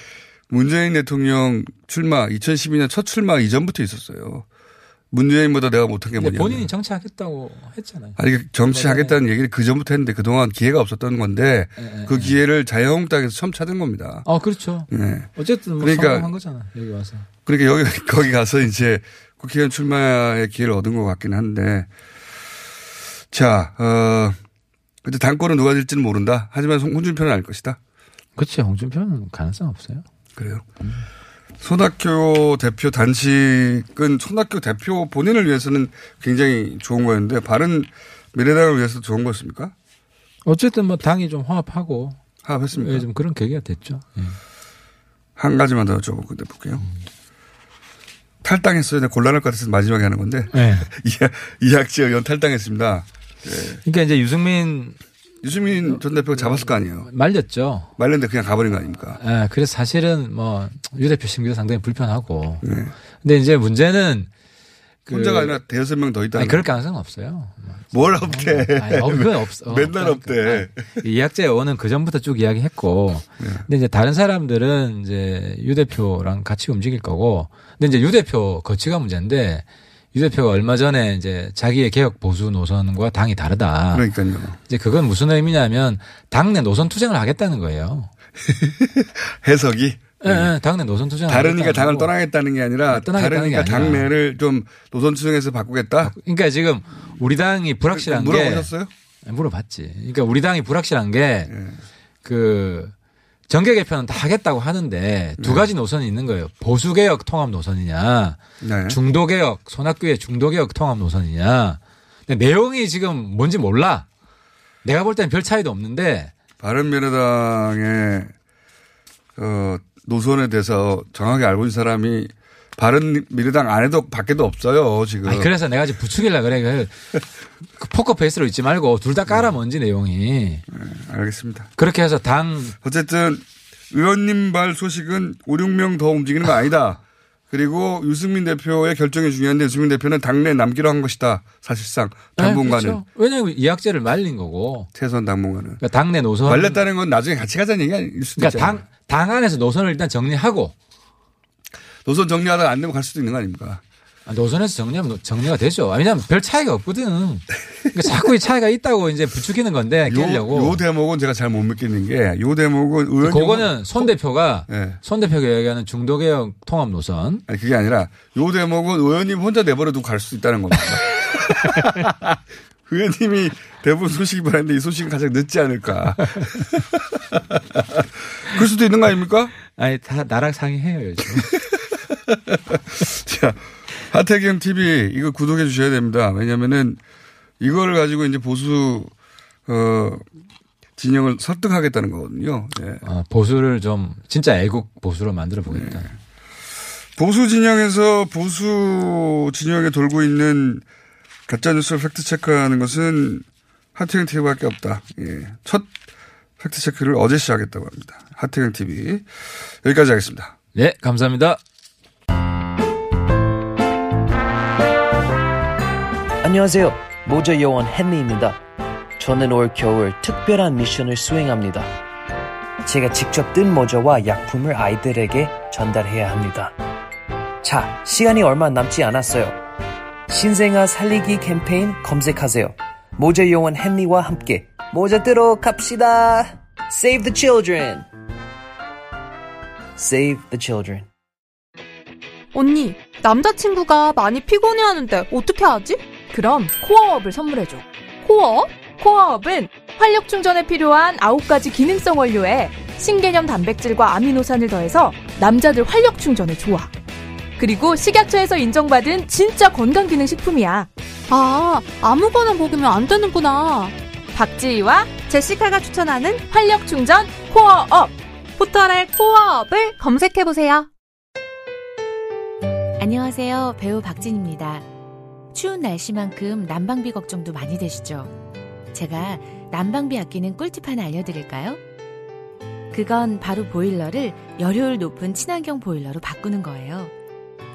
S6: 문재인 대통령 출마 2012년 첫 출마 이전부터 있었어요. 문재인보다 내가 못한 게
S7: 근데
S6: 뭐냐.
S7: 본인이 네. 정치하겠다고 했잖아요.
S6: 아니 이게 정치하겠다는 얘기를 그 전부터 했는데 그동안 기회가 없었던 건데 그 기회를 자유한국당에서 처음 찾은 겁니다.
S7: 네. 아 예, 그렇죠.
S6: 네.
S7: 어쨌든 뭐
S6: 그러니까-
S7: 성공한 거잖아 여기 와서.
S6: 그러니까 여기 거기 가서 이제 국회의원 출마의 기회를 얻은 것 같긴 한데 자, 어, 근데 당권은 누가 될지는 모른다. 하지만 송- 홍준표는 알 것이다.
S7: 그렇죠. 홍준표는 가능성 없어요.
S6: 그래요. 손학교 대표 단식은 손학교 대표 본인을 위해서는 굉장히 좋은 거였는데 바른 미래당을 위해서 좋은 거였습니까?
S7: 어쨌든 뭐 당이 좀 화합하고
S6: 합했습니까?
S7: 예, 좀 그런 계기가 됐죠. 예.
S6: 한 가지만 더 여쭤볼게요. 탈당했어요. 근데 곤란할 것 같아서 마지막에 하는 건데
S7: 네. 예.
S6: 이학- 이학재 의원 탈당했습니다.
S7: 그러니까 이제 유승민 어.
S6: 유승민 전 대표가 잡았을 거 아니에요.
S7: 말렸죠.
S6: 말렸는데 그냥 가버린 거 아닙니까?
S7: 예, 그래서 사실은 뭐 유 대표 심기도 상당히 불편하고.
S6: 네.
S7: 근데 이제 문제는 그-
S6: 혼자가 아니라 대여섯 명 더 있다.
S7: 아니, 그럴 가능성은 없어요.
S6: 뭘 없대.
S7: 아니, 어, 그건 없어.
S6: 맨날 없대. 네.
S7: 이학재 의원은 그 전부터 쭉 이야기했고, 근데 이제 다른 사람들은 이제 유 대표랑 같이 움직일 거고, 근데 이제 유 대표 거치가 문제인데 유 대표가 얼마 전에 이제 자기의 개혁 보수 노선과 당이 다르다.
S6: 네. 그러니까요.
S7: 이제 그건 무슨 의미냐면 당내 노선 투쟁을 하겠다는 거예요.
S6: 해석이
S7: 예, 예, 당내 노선 투쟁.
S6: 네. 다른이가 당을 떠나겠다는 게 아니라
S7: 뭐 떠나겠다는
S6: 다른이가
S7: 게 아니라.
S6: 당내를 좀 노선 추정해서 바꾸겠다.
S7: 그러니까 지금 우리 당이 불확실한 게
S6: 그 물어보셨어요? 예.
S7: 물어봤지. 그러니까 우리 당이 불확실한 게 그 정계 개편은 다 하겠다고 하는데 두 가지 노선이 있는 거예요. 보수 개혁 통합 노선이냐,
S6: 네.
S7: 중도 개혁 손학규의 중도 개혁 통합 노선이냐. 근데 내용이 지금 뭔지 몰라. 내가 볼 때는 별 차이도 없는데
S6: 바른미래당의 어, 노선에 대해서 정확히 알고 있는 사람이 바른미래당 안에도 밖에도 없어요 지금.
S7: 아니, 그래서 내가 지금 부추길라 그래. 그 포커 페이스로 있지 말고 둘 다
S6: 네.
S7: 깔아 뭔지 내용이.
S6: 알겠습니다.
S7: 그렇게 해서 당
S6: 어쨌든 의원님 발 소식은 5, 6명 더 움직이는 거 아니다. 그리고 유승민 대표의 결정이 중요한데 유승민 대표는 당내 남기로 한 것이다. 사실상
S7: 아,
S6: 당분간은
S7: 그렇죠. 왜냐하면 이학제를 말린 거고.
S6: 최선 당분간은
S7: 그러니까 당내 노선.
S6: 말렸다는 건 나중에 같이 가자는 얘기 아닐 수도
S7: 그러니까
S6: 있잖아요.
S7: 당, 당 안에서 노선을 일단 정리하고
S6: 노선 정리하다가 안 되면 갈 수도 있는 거 아닙니까?
S7: 아, 노선에서 정리하면 노- 정리가 되죠. 아, 왜냐하면 별 차이가 없거든. 그러니까 자꾸 이 차이가 있다고 이제 부추기는 건데
S6: 요,
S7: 깨려고.
S6: 요 대목은 제가 잘 못 믿겠는 게, 요 대목은 의원.
S7: 그거는 손 대표가
S6: 예.
S7: 손 대표가 얘기하는 중도개혁 통합 노선.
S6: 아니, 그게 아니라, 요 대목은 의원님 혼자 내버려두고 갈 수 있다는 겁니다. 의원님이 대부분 소식이 바랐는데 이 소식은 가장 늦지 않을까. 그럴 수도 있는 거 아닙니까?
S7: 아니 다 나랑 상의해요 요즘.
S6: 자, 하태경 TV 이거 구독해 주셔야 됩니다. 왜냐면은 이걸 가지고 이제 보수, 어, 진영을 설득하겠다는 거거든요. 예.
S7: 어, 보수를 좀 진짜 애국 보수로 만들어 보겠다.
S6: 보수 진영에서 보수 진영에 돌고 있는 가짜뉴스를 팩트체크하는 것은 하태경 TV밖에 없다. 예. 첫 팩트체크를 어제 시작했다고 합니다. 하태경 TV. 여기까지 하겠습니다.
S7: 네 감사합니다.
S8: 안녕하세요. 모자 여원 헨리입니다. 저는 올 겨울 특별한 미션을 수행합니다. 제가 직접 뜬 모자와 약품을 아이들에게 전달해야 합니다. 자, 시간이 얼마 남지 않았어요. 신생아 살리기 캠페인 검색하세요. 모자 여원 헨리와 함께 모자 뜨러 갑시다. Save the children. Save the children.
S9: 언니, 남자친구가 많이 피곤해하는데 어떻게 하지? 그럼 코어업을 선물해줘. 코어업? 코어업은 활력 충전에 필요한 9가지 기능성 원료에 신개념 단백질과 아미노산을 더해서 남자들 활력 충전에 좋아. 그리고 식약처에서 인정받은 진짜 건강기능식품이야. 아, 아무거나 먹으면 안 되는구나. 박지희와 제시카가 추천하는 활력 충전 코어업. 포털에 코어업을 검색해보세요.
S10: 안녕하세요. 배우 박진입니다. 추운 날씨만큼 난방비 걱정도 많이 되시죠? 제가 난방비 아끼는 꿀팁 하나 알려드릴까요? 그건 바로 보일러를 열효율 높은 친환경 보일러로 바꾸는 거예요.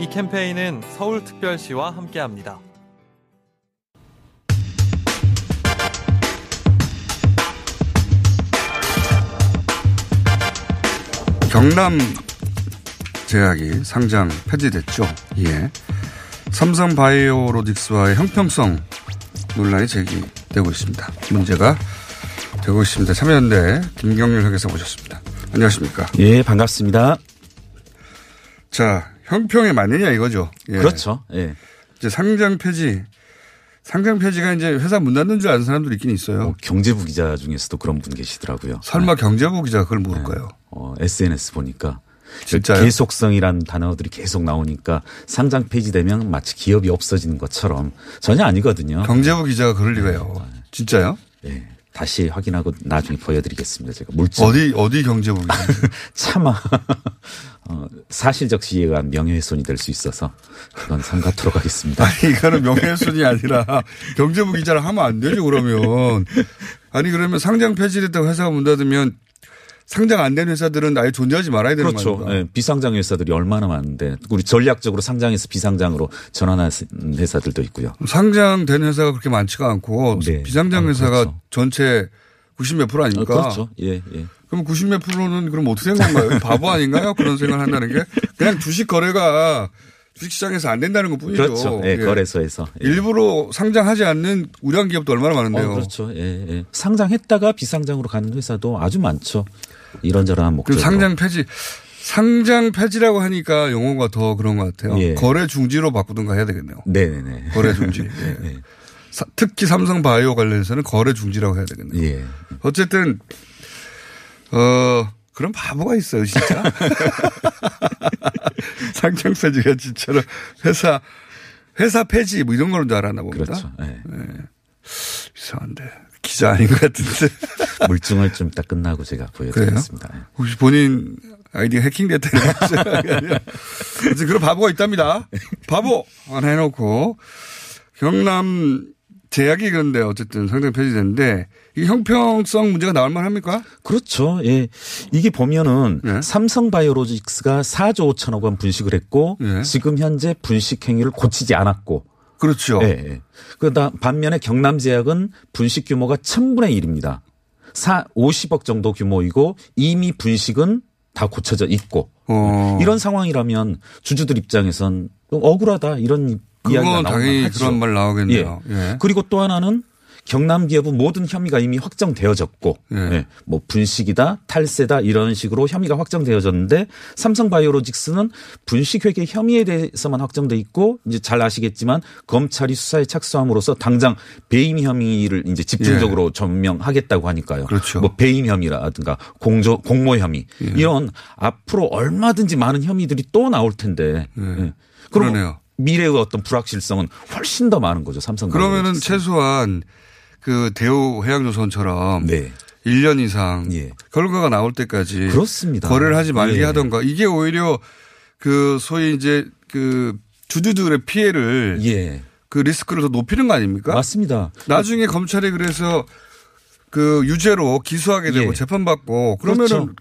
S11: 이 캠페인은 서울특별시와 함께합니다.
S6: 경남 제약이 상장 폐지됐죠. 예. 삼성 바이오로직스와의 형평성 논란이 제기되고 있습니다. 문제가 되고 있습니다. 참여연대 김경률 회계사 모셨습니다. 안녕하십니까.
S7: 예, 반갑습니다.
S6: 자, 형평에 맞느냐 이거죠. 예.
S7: 그렇죠. 예.
S6: 이제 상장 폐지. 상장 폐지가 이제 회사 문 닫는 줄 아는 사람들 있긴 있어요.
S7: 경제부 기자 중에서도 그런 분 계시더라고요.
S6: 설마 경제부 기자 그걸 모를까요?
S7: 어, SNS 보니까
S6: 진짜요?
S7: 계속성이라는 단어들이 계속 나오니까 상장 폐지되면 마치 기업이 없어지는 것처럼 전혀 아니거든요.
S6: 경제부 기자가 그럴
S7: 네.
S6: 리가요. 진짜요?
S7: 예. 다시 확인하고 나중에 보여드리겠습니다. 제가 물증
S6: 어디 어디 경제부 기자?
S7: 차마 어, 사실적 시에 의한 명예훼손이 될 수 있어서 그건 삼가토록 하겠습니다.
S6: 아니 이거는 명예훼손이 아니라 경제부 기자를 하면 안 되죠 그러면. 아니 그러면 상장 폐지됐다고 회사가 문 닫으면 상장 안 된 회사들은 아예 존재하지 말아야 되는
S7: 그렇죠.
S6: 말입니다.
S7: 예, 비상장 회사들이 얼마나 많은데 우리 전략적으로 상장에서 비상장으로 전환한 회사들도 있고요. 어,
S6: 상장된 회사가 그렇게 많지가 않고
S7: 네.
S6: 비상장
S7: 아,
S6: 회사가
S7: 그렇죠.
S6: 전체 90 몇 프로 아닙니까?
S7: 어, 그렇죠. 예, 예.
S6: 그럼 90 몇 프로는 그럼 어떻게 된 건가요? 바보 아닌가요? 그런 생각을 한다는 게 그냥 주식 거래가 주식시장에서 안 된다는 것뿐이죠.
S7: 그렇죠. 예,
S6: 예.
S7: 거래소에서. 예.
S6: 일부러 상장하지 않는 우량 기업도 얼마나 많은데요.
S7: 어, 그렇죠. 예, 예. 상장했다가 비상장으로 가는 회사도 아주 많죠. 이런저런
S6: 그
S7: 목적으로.
S6: 상장 폐지 상장 폐지라고 하니까 용어가 더 그런 것 같아요.
S7: 예.
S6: 거래 중지로 바꾸든가 해야 되겠네요.
S7: 네네네.
S6: 거래 중지. 예. 사- 특히 삼성 바이오 관련해서는 거래 중지라고 해야 되겠네요.
S7: 예.
S6: 어쨌든 어 그런 바보가 있어요 진짜 상장 폐지가 진짜로 회사 회사 폐지 뭐 이런 걸로 도 알아나 봅니다.
S7: 그렇죠. 예.
S6: 이상한데 기자 아닌 것 같은데
S7: 물증을 좀 딱 끝나고 제가 보여드리겠습니다. 예.
S6: 혹시 본인 아이디 가 해킹됐다는 생각이 아니라 어쨌든 그런 바보가 있답니다. 바보 안 해놓고 경남 제약이 그런데 어쨌든 상장 폐지됐는데 이 형평성 문제가 나올 만합니까?
S7: 그렇죠. 예. 이게 보면은
S6: 예.
S7: 삼성 바이오로직스가 4조 5천억 원 분식을 했고
S6: 예.
S7: 지금 현재 분식 행위를 고치지 않았고
S6: 그렇죠.
S7: 예, 예. 그러다 반면에 경남제약은 분식 규모가 1000분의 1입니다. 4, 50억 정도 규모이고 이미 분식은 다 고쳐져 있고
S6: 어.
S7: 이런 상황이라면 주주들 입장에선 억울하다 이런 이야기가
S6: 그건 당연히
S7: 나오죠.
S6: 그런 말 나오겠네요.
S7: 예.
S6: 예.
S7: 그리고 또 하나는 경남 기업은 모든 혐의가 이미 확정되어졌고,
S6: 예.
S7: 예. 뭐 분식이다, 탈세다 이런 식으로 혐의가 확정되어졌는데 삼성바이오로직스는 분식회계 혐의에 대해서만 확정돼 있고 이제 잘 아시겠지만 검찰이 수사에 착수함으로써 당장 배임 혐의를 이제 집중적으로 전명하겠다고 하니까요.
S6: 예. 그렇죠. 예.
S7: 뭐 배임 혐의라든가 공조 공모 혐의 이런 앞으로 얼마든지 많은 혐의들이 또 나올 텐데. 예. 그럼
S6: 그러네요.
S7: 미래의 어떤 불확실성은 훨씬 더 많은 거죠 삼성.
S6: 그러면은
S7: 바이오로직스.
S6: 최소한 그 대우 해양조선처럼
S7: 네
S6: 1년 이상
S7: 예.
S6: 결과가 나올 때까지
S7: 그렇습니다.
S6: 거래를 하지 말게
S7: 예.
S6: 하던가 이게 오히려 그 소위 이제 그 주주들의 피해를
S7: 예
S6: 그 리스크를 더 높이는 거 아닙니까?
S7: 맞습니다.
S6: 나중에 검찰이 그래서 그 유죄로 기소하게 되고
S7: 예.
S6: 재판받고 그러면은
S7: 그렇죠.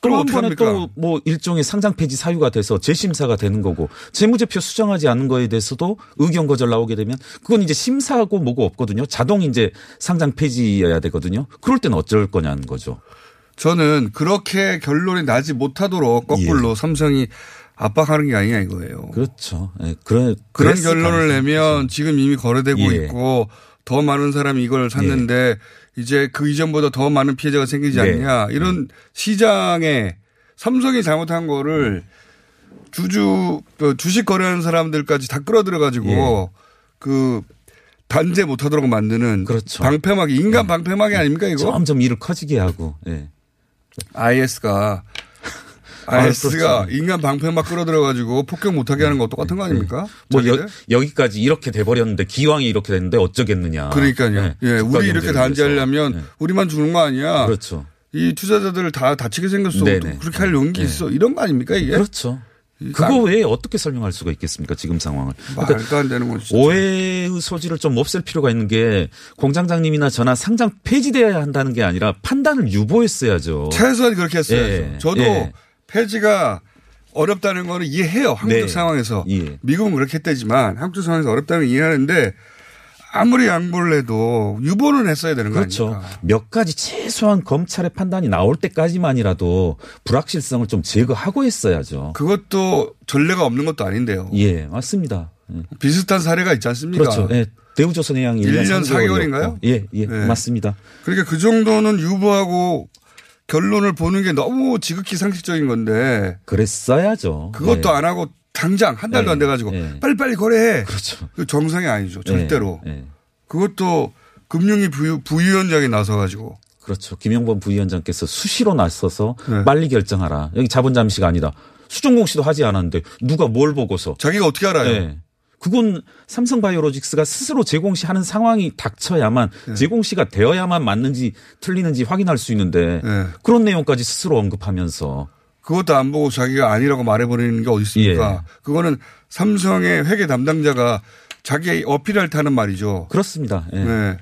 S6: 그럼
S7: 그럼 한
S6: 어떻게
S7: 번에
S6: 합니까?
S7: 또 뭐 일종의 상장 폐지 사유가 돼서 재심사가 되는 거고 재무제표 수정하지 않은 거에 대해서도 의견 거절 나오게 되면 그건 이제 심사하고 뭐고 없거든요. 자동 이제 상장 폐지여야 되거든요. 그럴 땐 어쩔 거냐는 거죠.
S6: 저는 그렇게 결론이 나지 못하도록 거꾸로 삼성이 압박하는 게 아니냐 이거예요.
S7: 예. 그렇죠. 예, 그런
S6: 그런 결론을 내면 지금 이미 거래되고
S7: 예.
S6: 있고 더 많은 사람이 이걸 샀는데 이제 그 이전보다 더 많은 피해자가 생기지
S7: 네.
S6: 않냐 이런 시장에 삼성이 잘못한 거를
S7: 네.
S6: 주주 어, 주식 거래하는 사람들까지 다 끌어들여 가지고 그 단죄 못하도록 만드는
S7: 예. 그렇죠.
S6: 방패막이 인간 방패막이 아닙니까 이거
S7: 점점 일을 커지게 하고 예.
S6: IS가
S7: 그렇죠.
S6: IS가 인간 방패막 끌어들여가지고 폭격 못하게 하는 거 똑같은 거 아닙니까?
S7: 음. 뭐 여, 여기까지 이렇게 돼버렸는데 기왕이 이렇게 됐는데 어쩌겠느냐.
S6: 그러니까요.
S7: 네,
S6: 예,
S7: 국가
S6: 우리 이렇게
S7: 경제를
S6: 단죄하려면
S7: 위해서. 네.
S6: 우리만 주는 거 아니야.
S7: 그렇죠.
S6: 이 투자자들을 다 다치게 생겼어.
S7: 네네.
S6: 그렇게 할 용기
S7: 네.
S6: 있어. 이런 거 아닙니까 이게?
S7: 그렇죠. 그거 외에 어떻게 설명할 수가 있겠습니까 지금 상황을
S6: 말도 안 되는 거죠.
S7: 오해의 소지를 좀 없앨 필요가 있는 게 공장장님이나 저나 상장 폐지돼야 한다는 게 아니라 판단을 유보했어야죠
S6: 최소한 그렇게 했어야죠.
S7: 예,
S6: 저도
S7: 예.
S6: 폐지가 어렵다는 거는 이해해요. 한국적
S7: 네.
S6: 상황에서. 미국은 그렇게 했대지만 한국적 상황에서 어렵다는 걸 이해하는데 아무리 양보를 해도 유보는 했어야 되는 거
S7: 그렇죠.
S6: 아닙니까?
S7: 몇 가지 최소한 검찰의 판단이 나올 때까지만이라도 불확실성을 좀 제거하고 했어야죠.
S6: 그것도 전례가 없는 것도 아닌데요.
S7: 예, 맞습니다. 예.
S6: 비슷한 사례가 있지 않습니까?
S7: 그렇죠. 예. 대우조선해양 1년,
S6: 그러니까 1년 4개월인가요? 네.
S7: 예, 예, 맞습니다.
S6: 그러니까 그 정도는 유보하고 결론을 보는 게 너무 지극히 상식적인 건데
S7: 그랬어야죠.
S6: 그것도
S7: 예.
S6: 안 하고 당장 한 달도
S7: 예,
S6: 안 돼가지고
S7: 예.
S6: 빨리빨리 거래해.
S7: 그렇죠.
S6: 정상이 아니죠. 절대로.
S7: 예, 예.
S6: 그것도 금융위 부위, 부위원장이 나서가지고
S7: 그렇죠. 김영범 부위원장께서 수시로 나서서
S6: 네.
S7: 빨리 결정하라. 여기 자본 잠시가 아니다. 수중 공시도 하지 않았는데 누가 뭘 보고서
S6: 자기가 어떻게 알아요?
S7: 예. 그건 삼성바이오로직스가 스스로 재공시하는 상황이 닥쳐야만
S6: 네.
S7: 재공시가 되어야만 맞는지 틀리는지 확인할 수 있는데
S6: 네.
S7: 그런 내용까지 스스로 언급하면서
S6: 그것도 안 보고 자기가 아니라고 말해버리는 게 어디 있습니까?
S7: 예.
S6: 그거는 삼성의 회계 담당자가 자기 어필할 때 하는 말이죠.
S7: 그렇습니다. 예.
S6: 네.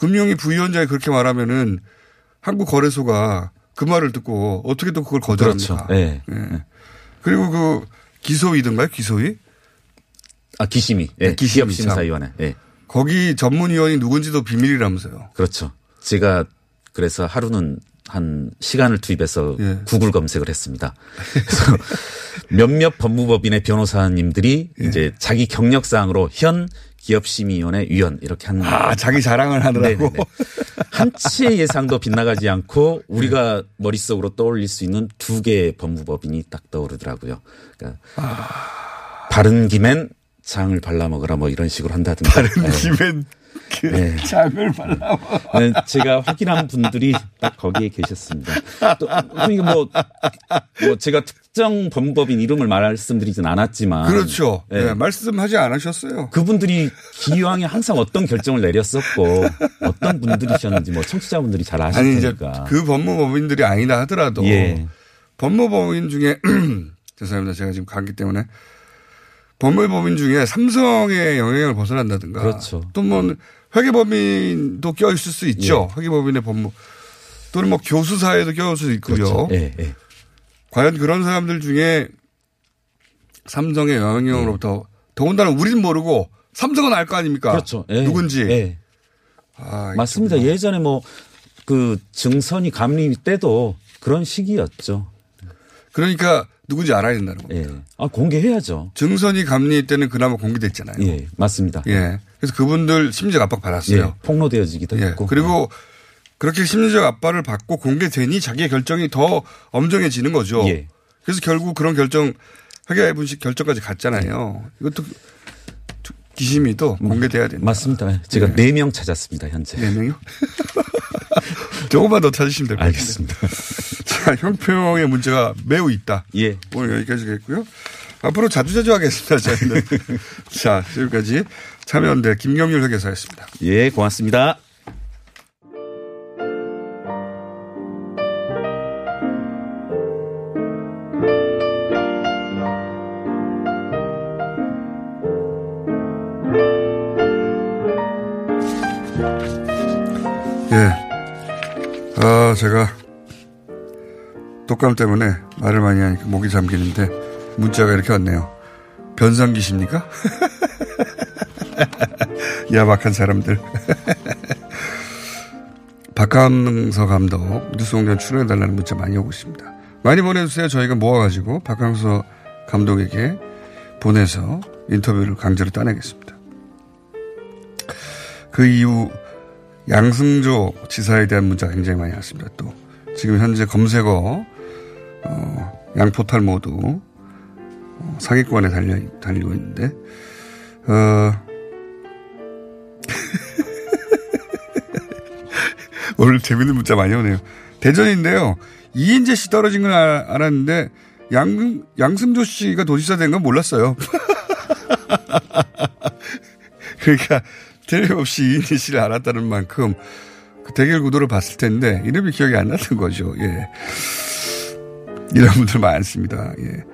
S6: 금융위 부위원장이 그렇게 말하면은 한국 거래소가 그 말을 듣고 어떻게 또 그걸 거절합니까?
S7: 그렇죠. 예.
S6: 그리고그 기소위든가요? 기소위?
S7: 아 기심이. 예.
S6: 네, 기심이 참.
S7: 기업심사위원회. 예.
S6: 거기 전문위원이 누군지도 비밀이라면서요.
S7: 그렇죠. 제가 그래서 하루는 한 시간을 투입해서
S6: 예.
S7: 구글 검색을 했습니다. 그래서 몇몇 법무법인의 변호사님들이
S6: 예.
S7: 이제 자기 경력상으로 현 기업심의위원회 위원 이렇게 한.
S6: 아, 자기 자랑을 하느라고.
S7: 네, 한치의 예상도 빗나가지 않고
S6: 예.
S7: 우리가 머릿속으로 떠올릴 수 있는 두 개의 법무법인이 딱 떠오르더라고요. 그러니까
S6: 아.
S7: 바른 김엔 장을 발라먹으라 뭐 이런 식으로 한다든가.
S6: 바른
S7: 네.
S6: 김엔 그
S7: 네.
S6: 장을 발라.
S7: 네, 제가 확인한 분들이 딱 거기에 계셨습니다. 또, 그러니까 뭐, 뭐 제가 특정 범법인 이름을 말씀드리진 않았지만.
S6: 그렇죠.
S7: 예.
S6: 네, 말씀하지 않으셨어요.
S7: 그분들이 기왕에 항상 어떤 결정을 내렸었고 어떤 분들이셨는지 뭐 청취자분들이 잘 아실
S6: 아니 이제
S7: 테니까.
S6: 그 법무법인들이 아니다 하더라도
S7: 예.
S6: 법무법인 중에 죄송합니다 제가 지금 감기 때문에 법무법인 중에 삼성의 영향을 벗어난다든가
S7: 그렇죠.
S6: 또 뭐 회계법인도 껴 있을 수 있죠
S7: 예.
S6: 회계법인의 법무 또는 뭐 교수 사회도 껴 있을 수 있고요
S7: 그렇죠. 예, 예.
S6: 과연 그런 사람들 중에 삼성의 영향으로부터 더군다나 우린 모르고 삼성은 알 거 아닙니까
S7: 음. 그렇죠. 예.
S6: 누군지
S7: 예.
S6: 아,
S7: 맞습니다. 예전에 뭐 그 증선이 감리 때도 그런 시기였죠. 예.
S6: 그러니까 누군지 알아야 된다는 겁니다.
S7: 아, 공개해야죠.
S6: 증선이 감리 때는 그나마 공개됐잖아요.
S7: 예, 맞습니다.
S6: 예. 그래서 그분들 심리적 압박 받았어요.
S7: 예, 폭로되어지기도 했고.
S6: 그리고 그렇게 심리적 압박을 받고 공개되니 자기의 결정이 더 엄정해지는 거죠.
S7: 예.
S6: 그래서 결국 그런 결정 회계 분식 결정까지
S7: 예.
S6: 갔잖아요. 이것도 기심이 또
S7: 음.
S6: 공개돼야 된다.
S7: 맞습니다. 제가 네 명 찾았습니다, 현재.
S6: 네 명이요? 조금만 더 찾으시면 될 것 같아요.
S7: 알겠습니다.
S6: 자, 형평의 문제가 매우 있다.
S7: 예.
S6: 오늘 여기까지겠고요. 앞으로 자주자주 하겠습니다. 저희는. 자, 지금까지 참여연대 김경률 회계사였습니다.
S7: 예, 고맙습니다.
S6: 예. 아, 제가 독감 때문에 말을 많이 하니까 목이 잠기는데 문자가 이렇게 왔네요. 변상기십니까? 야박한 사람들. 박항서 감독 뉴스공장 출연해달라는 문자 많이 오고 있습니다. 많이 보내주세요. 저희가 모아가지고 박항서 감독에게 보내서 인터뷰를 강제로 따내겠습니다. 그 이후 양승조 지사에 대한 문자가 굉장히 많이 왔습니다. 또 지금 현재 검색어 어, 양포탈 모두 어, 상위권에 달려 달리고 있는데 어, 오늘 재밌는 문자 많이 오네요. 대전인데요. 이인재 씨 떨어진 건 알- 알았는데 양, 양승조 씨가 도지사 된 건 몰랐어요. 그러니까 틀림없이 이인재 씨를 알았다는 만큼 그 대결 구도를 봤을 텐데 이름이 기억이 안 나는 거죠. 예. 이런 분들 많습니다. 예.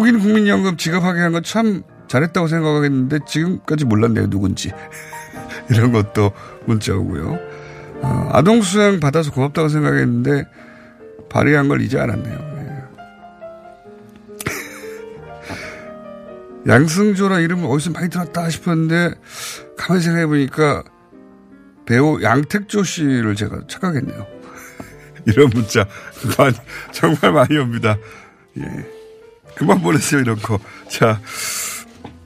S6: 외국인 국민연금 지급하게 한 건 참 잘했다고 생각하겠는데 지금까지 몰랐네요 누군지 이런 것도 문자 오고요. 어, 아동 수양 받아서 고맙다고 생각했는데 발의한 걸 이제 알았네요. 예. 양승조라 이름을 어디서 많이 들었다 싶었는데 가만히 생각해 보니까 배우 양택조 씨를 제가 착각했네요. 이런 문자 정말, 정말 많이 옵니다. 예. 그만 보내세요 이런 거. 자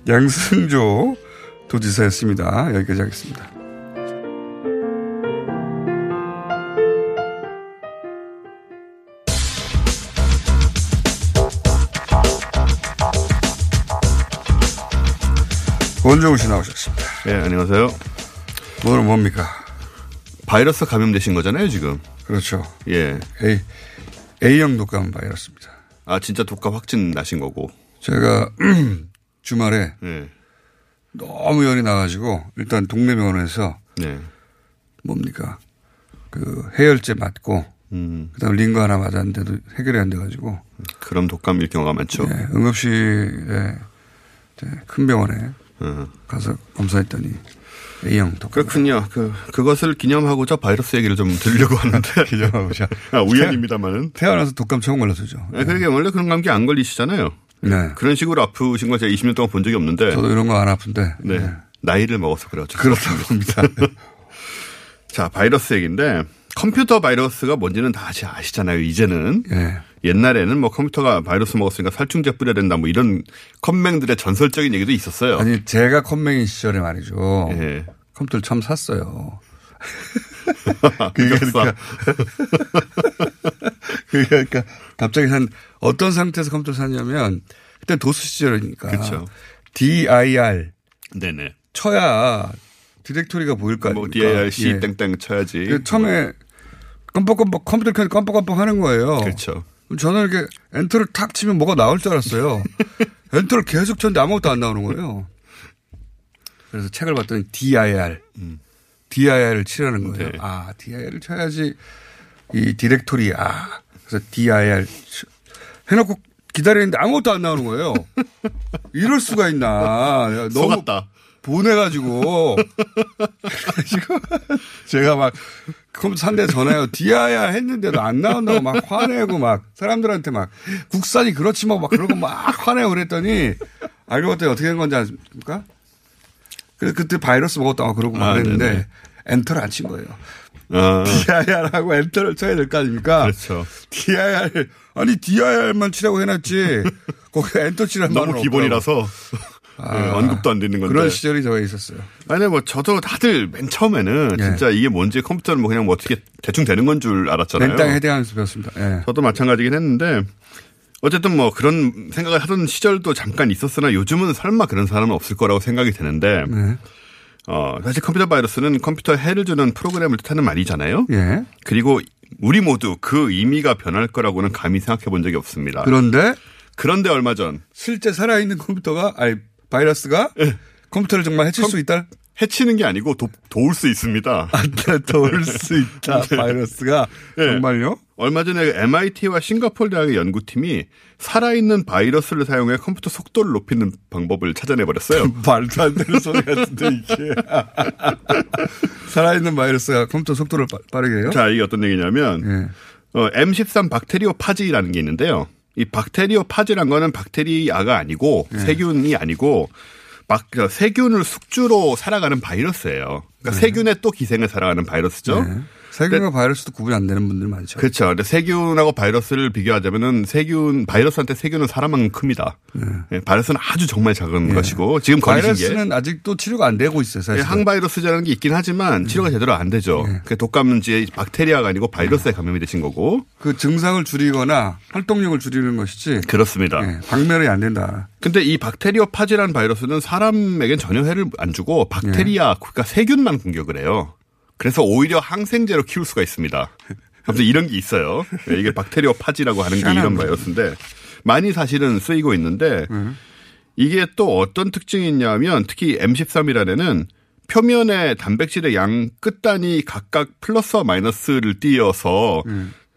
S6: 양승조 도지사였습니다. 여기까지 하겠습니다. 원종우 씨 나오셨습니다.
S7: 예, 안녕하세요.
S6: 오늘 뭡니까?
S7: 바이러스 감염되신 거잖아요, 지금.
S6: 그렇죠.
S7: 예.
S6: A, A형 독감 바이러스입니다.
S7: 아, 진짜 독감 확진 나신 거고.
S6: 제가 주말에
S7: 예.
S6: 너무 열이 나가지고 일단 동네 병원에서
S7: 네.
S6: 뭡니까 그 해열제 맞고
S7: 음.
S6: 그다음 링거 하나 맞았는데도 해결이 안 돼가지고
S7: 그럼 독감일 경우가 많죠.
S6: 예, 응급실에 이제 큰 병원에
S7: 음.
S6: 가서 검사했더니 A형 독감.
S7: 그렇군요. 그, 그것을 기념하고자 바이러스 얘기를 좀 드리려고 하는데. 기념하고자. 아, 우연입니다만은.
S6: 태어나서 독감 처음 걸렸었죠.
S7: 예, 그게 원래 그런 감기 안 걸리시잖아요.
S6: 네.
S7: 그런 식으로 아프신 걸 제가 20년 동안 본 적이 없는데.
S6: 저도 이런 거 안 아픈데.
S7: 네. 나이를 먹어서 그렇죠.
S6: 그렇다고 합니다.
S7: 자, 바이러스 얘기인데 컴퓨터 바이러스가 뭔지는 다 아시- 아시잖아요, 이제는.
S6: 예.
S7: 옛날에는 뭐 컴퓨터가 바이러스 먹었으니까 살충제 뿌려야 된다 뭐 이런 컴맹들의 전설적인 얘기도 있었어요.
S6: 아니 제가 컴맹인 시절에 말이죠.
S7: 예.
S6: 컴퓨터를 처음 샀어요.
S7: 그러니까
S6: 그러니까 갑자기 산 어떤 상태에서 컴퓨터 샀냐면 그때 도스 시절이니까
S7: 그쵸.
S6: DIR
S7: 네네.
S6: 쳐야 디렉토리가 보일 거 아닙니까?
S7: 뭐 DIRC
S6: 예.
S7: 땡땡 쳐야지.
S6: 그 처음에 껌뻑껌뻑 컴퓨터 켜서 껌뻑껌뻑 하는 거예요.
S7: 그렇죠.
S6: 저는 이렇게 엔터를 탁 치면 뭐가 나올 줄 알았어요. 엔터를 계속 쳤는데 아무것도 안 나오는 거예요. 그래서 책을 봤더니 DIR, DIR을 치라는 거예요.
S7: 음. 네.
S6: 아, DIR을 쳐야지 이 디렉토리 아, 그래서 DIR 치- 해놓고 기다리는데 아무것도 안 나오는 거예요. 이럴 수가 있나? 내가 너무
S7: 속았다.
S6: 보내가지고 지금 제가 막 컴퓨터 산대 전화요 디아야 했는데도 안 나온다고 막 화내고 막 사람들한테 막 국산이 그렇지 뭐 막 그러고 막 화내고 그랬더니 알고 봤더니 어떻게 된 건지 아십니까? 그래서 그때 바이러스 먹었다고 그러고 막
S7: 아,
S6: 그랬는데
S7: 네네.
S6: 엔터를 안 친 거예요.
S7: 아,
S6: DIR하고 엔터를 쳐야 될 거 아닙니까?
S7: 그렇죠.
S6: DIR, 아니, DIR만 치라고 해놨지. 거기 엔터 치라는 말은
S7: 너무
S6: 없더라고요.
S7: 기본이라서 예, 언급도 안 되는 건데.
S6: 그런 시절이 저가 있었어요.
S7: 아니 뭐 저도 다들 맨 처음에는
S6: 예.
S7: 진짜 이게 뭔지 컴퓨터는 뭐 그냥 뭐 어떻게 대충 되는 건 줄 알았잖아요.
S6: 맨땅에 해대하면서 배웠습니다. 예.
S7: 저도 마찬가지긴 했는데 어쨌든 뭐 그런 생각을 하던 시절도 잠깐 있었으나 요즘은 설마 그런 사람은 없을 거라고 생각이 되는데
S6: 네.
S7: 어, 사실 컴퓨터 바이러스는 컴퓨터에 해를 주는 프로그램을 뜻하는 말이잖아요.
S6: 예.
S7: 그리고 우리 모두 그 의미가 변할 거라고는 감히 생각해 본 적이 없습니다.
S6: 그런데
S7: 그런데 얼마 전
S6: 실제 살아있는 컴퓨터가, 아니, 바이러스가
S7: 예.
S6: 컴퓨터를 정말 해칠 수 있다?
S7: 해치는 게 아니고 도, 도울 수 있습니다.
S6: 도울 수 있다. 바이러스가.
S7: 예.
S6: 정말요?
S7: 얼마 전에 MIT와 싱가포르 대학의 연구팀이 살아있는 바이러스를 사용해 컴퓨터 속도를 높이는 방법을 찾아내 버렸어요.
S6: 말도 안 되는 소리 같은데, 이게. 살아있는 바이러스가 컴퓨터 속도를 빠- 빠르게 해요? 예.
S7: 자, 이게 어떤 얘기냐면, 어, M13 박테리오 파지라는 게 있는데요. 이 박테리오 파지란 거는 박테리아가 아니고, 세균이 아니고, 막, 그 세균을 숙주로 살아가는 바이러스예요. 그러니까 세균에 또 기생을 살아가는 바이러스죠.
S6: 예. 세균과 바이러스도 구분이 안 되는 분들 많죠.
S7: 네. 그렇죠. 근데 세균하고 바이러스를 비교하자면은 세균 바이러스한테 세균은 사람만큼 큽니다. 예, 바이러스는 아주 정말 작은 것이고 지금 걸리신 게
S6: 바이러스는 아직도 치료가 안 되고 있어요,
S7: 예,
S6: 사실.
S7: 항바이러스제라는 게 있긴 하지만 치료가 제대로 안 되죠. 그 독감인지 박테리아가 아니고 바이러스에 감염이 되신 거고
S6: 그 증상을 줄이거나 활동력을 줄이는 것이지.
S7: 그렇습니다.
S6: 예, 박멸이 안 된다.
S7: 근데 이 박테리오파지라는 바이러스는 사람에겐 전혀 해를 안 주고 박테리아 그러니까 세균만 공격을 해요. 그래서 오히려 항생제로 키울 수가 있습니다. 아무튼 이런 게 있어요. 네, 이게 박테리오 파지라고 하는 게 이런
S6: 희한합니다.
S7: 바이러스인데 많이 사실은 쓰이고 있는데 이게 또 어떤 특징이 있냐면 특히 M13이라는 애는 표면의 단백질의 양 끝단이 각각 플러스와 마이너스를 띄어서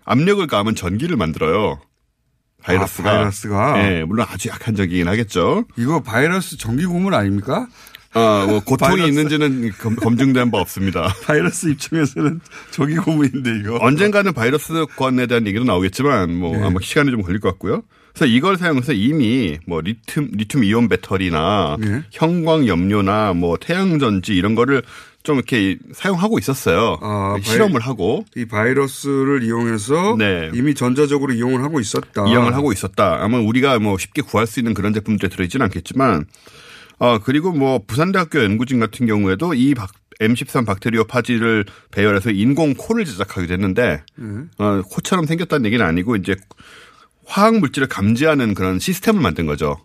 S7: 압력을 가하면 전기를 만들어요. 바이러스가.
S6: 아, 바이러스가.
S7: 예, 물론 아주 약한 적이긴 하겠죠.
S6: 이거 바이러스 전기 고문 아닙니까?
S7: 어, 뭐 고통이
S6: 바이러스.
S7: 있는지는 검, 검증된 바 없습니다.
S6: 바이러스 입장에서는 전기 고문인데 이거.
S7: 언젠가는 바이러스권에 대한 얘기도 나오겠지만 뭐 아마 시간이 좀 걸릴 것 같고요. 그래서 이걸 사용해서 이미 뭐 리튬 리튬 이온 배터리나 형광 염료나 뭐 태양 전지 이런 거를 좀 이렇게 사용하고 있었어요. 실험을
S6: 바이-
S7: 하고
S6: 이 바이러스를 이용해서 이미 전자적으로 이용을 하고 있었다.
S7: 네. 이용을 하고 있었다. 아마 우리가 뭐 쉽게 구할 수 있는 그런 제품들에 들어있지는 않겠지만, 아 그리고 뭐 부산대학교 연구진 같은 경우에도 이 박- M13 박테리오 파지를 배열해서 인공 코를 제작하게 됐는데,
S6: 음.
S7: 어, 코처럼 생겼다는 얘기는 아니고 이제 화학 물질을 감지하는 그런 시스템을 만든 거죠.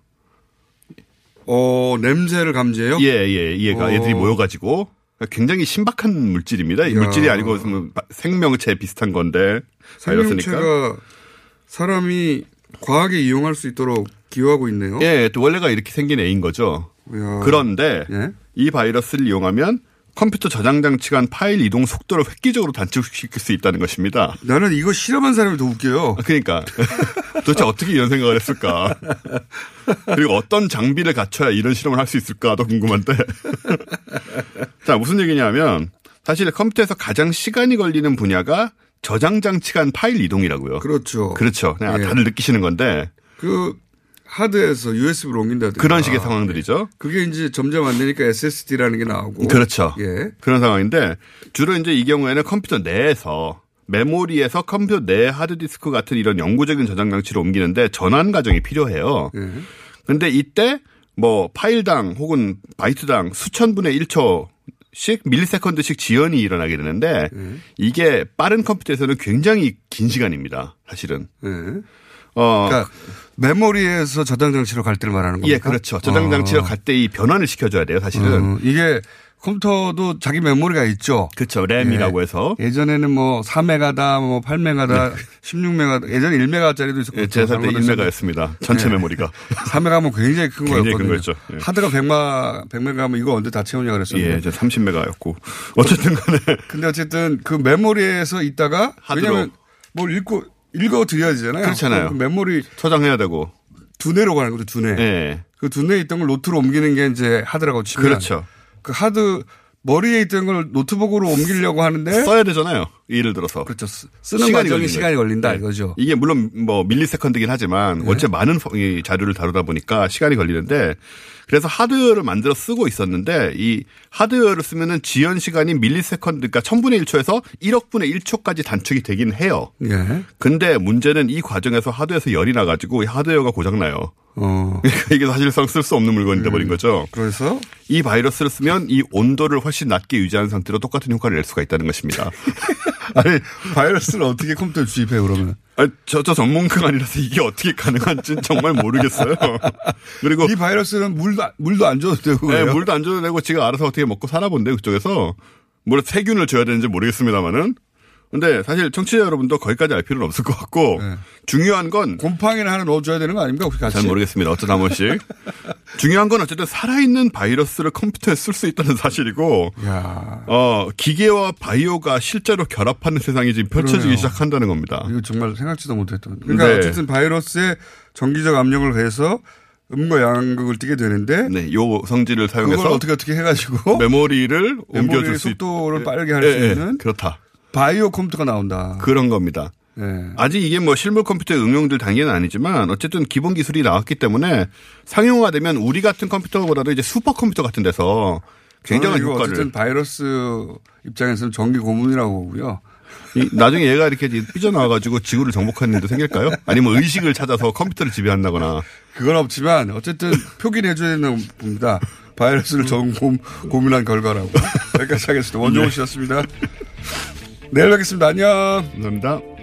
S6: 어 냄새를 감지해요?
S7: 예예 그러니까 얘가
S6: 어.
S7: 얘들이 모여가지고 굉장히 신박한 물질입니다. 이
S6: 야.
S7: 물질이 아니고 무슨 바- 생명체 비슷한 건데 바이러스니까.
S6: 생명체가 사람이 과하게 이용할 수 있도록 기여하고 있네요.
S7: 예, 또 원래가 이렇게 생긴 애인 거죠.
S6: 이야.
S7: 그런데
S6: 예?
S7: 이 바이러스를 이용하면 컴퓨터 저장 장치 간 파일 이동 속도를 획기적으로 단축시킬 수 있다는 것입니다.
S6: 나는 이거 실험한 사람이 더 웃겨요.
S7: 그러니까 도대체 어떻게 이런 생각을 했을까? 그리고 어떤 장비를 갖춰야 이런 실험을 할 수 있을까도 궁금한데. 자, 무슨 얘기냐면 사실 컴퓨터에서 가장 시간이 걸리는 분야가 저장 장치 간 파일 이동이라고요.
S6: 그렇죠.
S7: 그렇죠. 그냥
S6: 예.
S7: 다들 느끼시는 건데
S6: 그 하드에서 USB로 옮긴다든가
S7: 그런 식의 상황들이죠.
S6: 그게 이제 점점 안 되니까 SSD라는 게 나오고
S7: 그렇죠.
S6: 예.
S7: 그런 상황인데 주로 이제 이 경우에는 컴퓨터 내에서 메모리에서 컴퓨터 내 하드디스크 같은 이런 영구적인 저장 장치로 옮기는데 전환 과정이 필요해요.
S6: 예.
S7: 근데 이때 뭐 파일당 혹은 바이트당 수천분의 1초씩 밀리세컨드씩 지연이 일어나게
S6: 예.
S7: 되는데 이게 빠른 컴퓨터에서는 굉장히 긴 시간입니다. 사실은. 어,
S6: 예. 그러니까 메모리에서 저장 장치로 갈 때를 말하는 겁니까?
S7: 예, 그렇죠. 저장 장치로
S6: 어.
S7: 갈 때 이 변환을 시켜줘야 돼요, 사실은.
S6: 어, 이게 컴퓨터도 자기 메모리가 있죠.
S7: 그렇죠. 램이라고 해서.
S6: 예전에는 뭐 4메가다, 뭐 8메가다, 16메가, 예전에 1메가짜리도 있었고. 네.
S7: 네. 예, 제살때 1메가였습니다. 전체 메모리가.
S6: 4메가면 뭐 굉장히 큰
S7: 굉장히 큰
S6: 거였거든요.
S7: 거였죠. 예.
S6: 하드가 100마, 100메가면 뭐 이거 언제 다 채우냐 그랬었는데.
S7: 예, 저 30메가였고. 어쨌든 간에.
S6: 근데 어쨌든 그 메모리에서 있다가
S7: 하드로.
S6: 왜냐면 뭘 읽고 읽어 드려야 되잖아요.
S7: 그렇잖아요.
S6: 그 메모리
S7: 저장해야 되고
S6: 두뇌로 가는 거죠. 두뇌.
S7: 예.
S6: 그 두뇌에 있던 걸 노트로 옮기는 게 이제 하드라고 치면
S7: 그렇죠.
S6: 그 하드 머리에 있던 걸 노트북으로 옮기려고 하는데
S7: 써야 되잖아요. 예를 들어서.
S6: 그렇죠. 쓰는 과정이 시간이 걸린다 이거죠.
S7: 네. 이게 물론 뭐 밀리세컨드긴 하지만 원체 많은 펑- 이 자료를 다루다 보니까 시간이 걸리는데 그래서 하드웨어를 만들어 쓰고 있었는데 이 하드웨어를 쓰면은 지연 시간이 밀리세컨드 그러니까 1000분의 1초에서 1억분의 1초까지 단축이 되긴 해요.
S6: 예.
S7: 근데 문제는 이 과정에서 하드에서 열이 나가지고 이 하드웨어가 고장나요.
S6: 어.
S7: 그러니까 이게 사실상 쓸 수 없는 물건이 돼버린 거죠.
S6: 그래서
S7: 이 바이러스를 쓰면 이 온도를 훨씬 낮게 유지하는 상태로 똑같은 효과를 낼 수가 있다는 것입니다.
S6: 아니 바이러스를 어떻게 컴퓨터에 주입해 그러면?
S7: 저, 저 전문가가 아니라서 이게 어떻게 가능한지는 정말 모르겠어요. 그리고
S6: 이 바이러스는 물도 안- 물도 안 줘도 되고
S7: 네,
S6: 그래요?
S7: 물도 안 줘도 되고 지가 알아서 어떻게 먹고 살아본대 그쪽에서 뭘 세균을 줘야 되는지 모르겠습니다만은. 근데 사실 청취자 여러분도 거기까지 알 필요는 없을 것 같고 중요한 건
S6: 네. 곰팡이를 하나 넣어줘야 되는 거 아닙니까? 혹시 같이?
S7: 잘 모르겠습니다. 어쩌다 한 번씩. 중요한 건 어쨌든 살아있는 바이러스를 컴퓨터에 쓸 수 있다는 사실이고, 어, 기계와 바이오가 실제로 결합하는 세상이 지금 펼쳐지기
S6: 그러네요.
S7: 시작한다는 네. 겁니다.
S6: 이거 정말 생각지도 못했던. 그러니까 어쨌든 바이러스에 전기적 압력을 해서 음과 양극을 띠게 되는데
S7: 네, 요 성질을
S6: 그걸
S7: 사용해서
S6: 어떻게 어떻게 해가지고
S7: 메모리를
S6: 메모리
S7: 옮겨줄 수 있-
S6: 속도를 빠르게 할
S7: 예,
S6: 수
S7: 예,
S6: 있는
S7: 그렇다.
S6: 바이오 컴퓨터가 나온다.
S7: 그런 겁니다.
S6: 예.
S7: 아직 이게 뭐 실물 컴퓨터의 응용들 단계는 아니지만 어쨌든 기본 기술이 나왔기 때문에 상용화되면 우리 같은 컴퓨터보다도 이제 슈퍼 컴퓨터 같은 데서 굉장한
S6: 저는 이거
S7: 효과를
S6: 어쨌든 바이러스 입장에서는 전기 고문이라고 보고요.
S7: 이- 나중에 얘가 이렇게 삐져나와가지고 지구를 정복하는 일도 생길까요? 아니면 의식을 찾아서 컴퓨터를 지배한다거나.
S6: 그건 없지만 어쨌든 표기를 해줘야 된다고 봅니다. 바이러스를 전공 고민한 결과라고. 여기까지 하겠습니다. 원종호 씨였습니다. 내일 뵙겠습니다. 안녕.
S7: 감사합니다.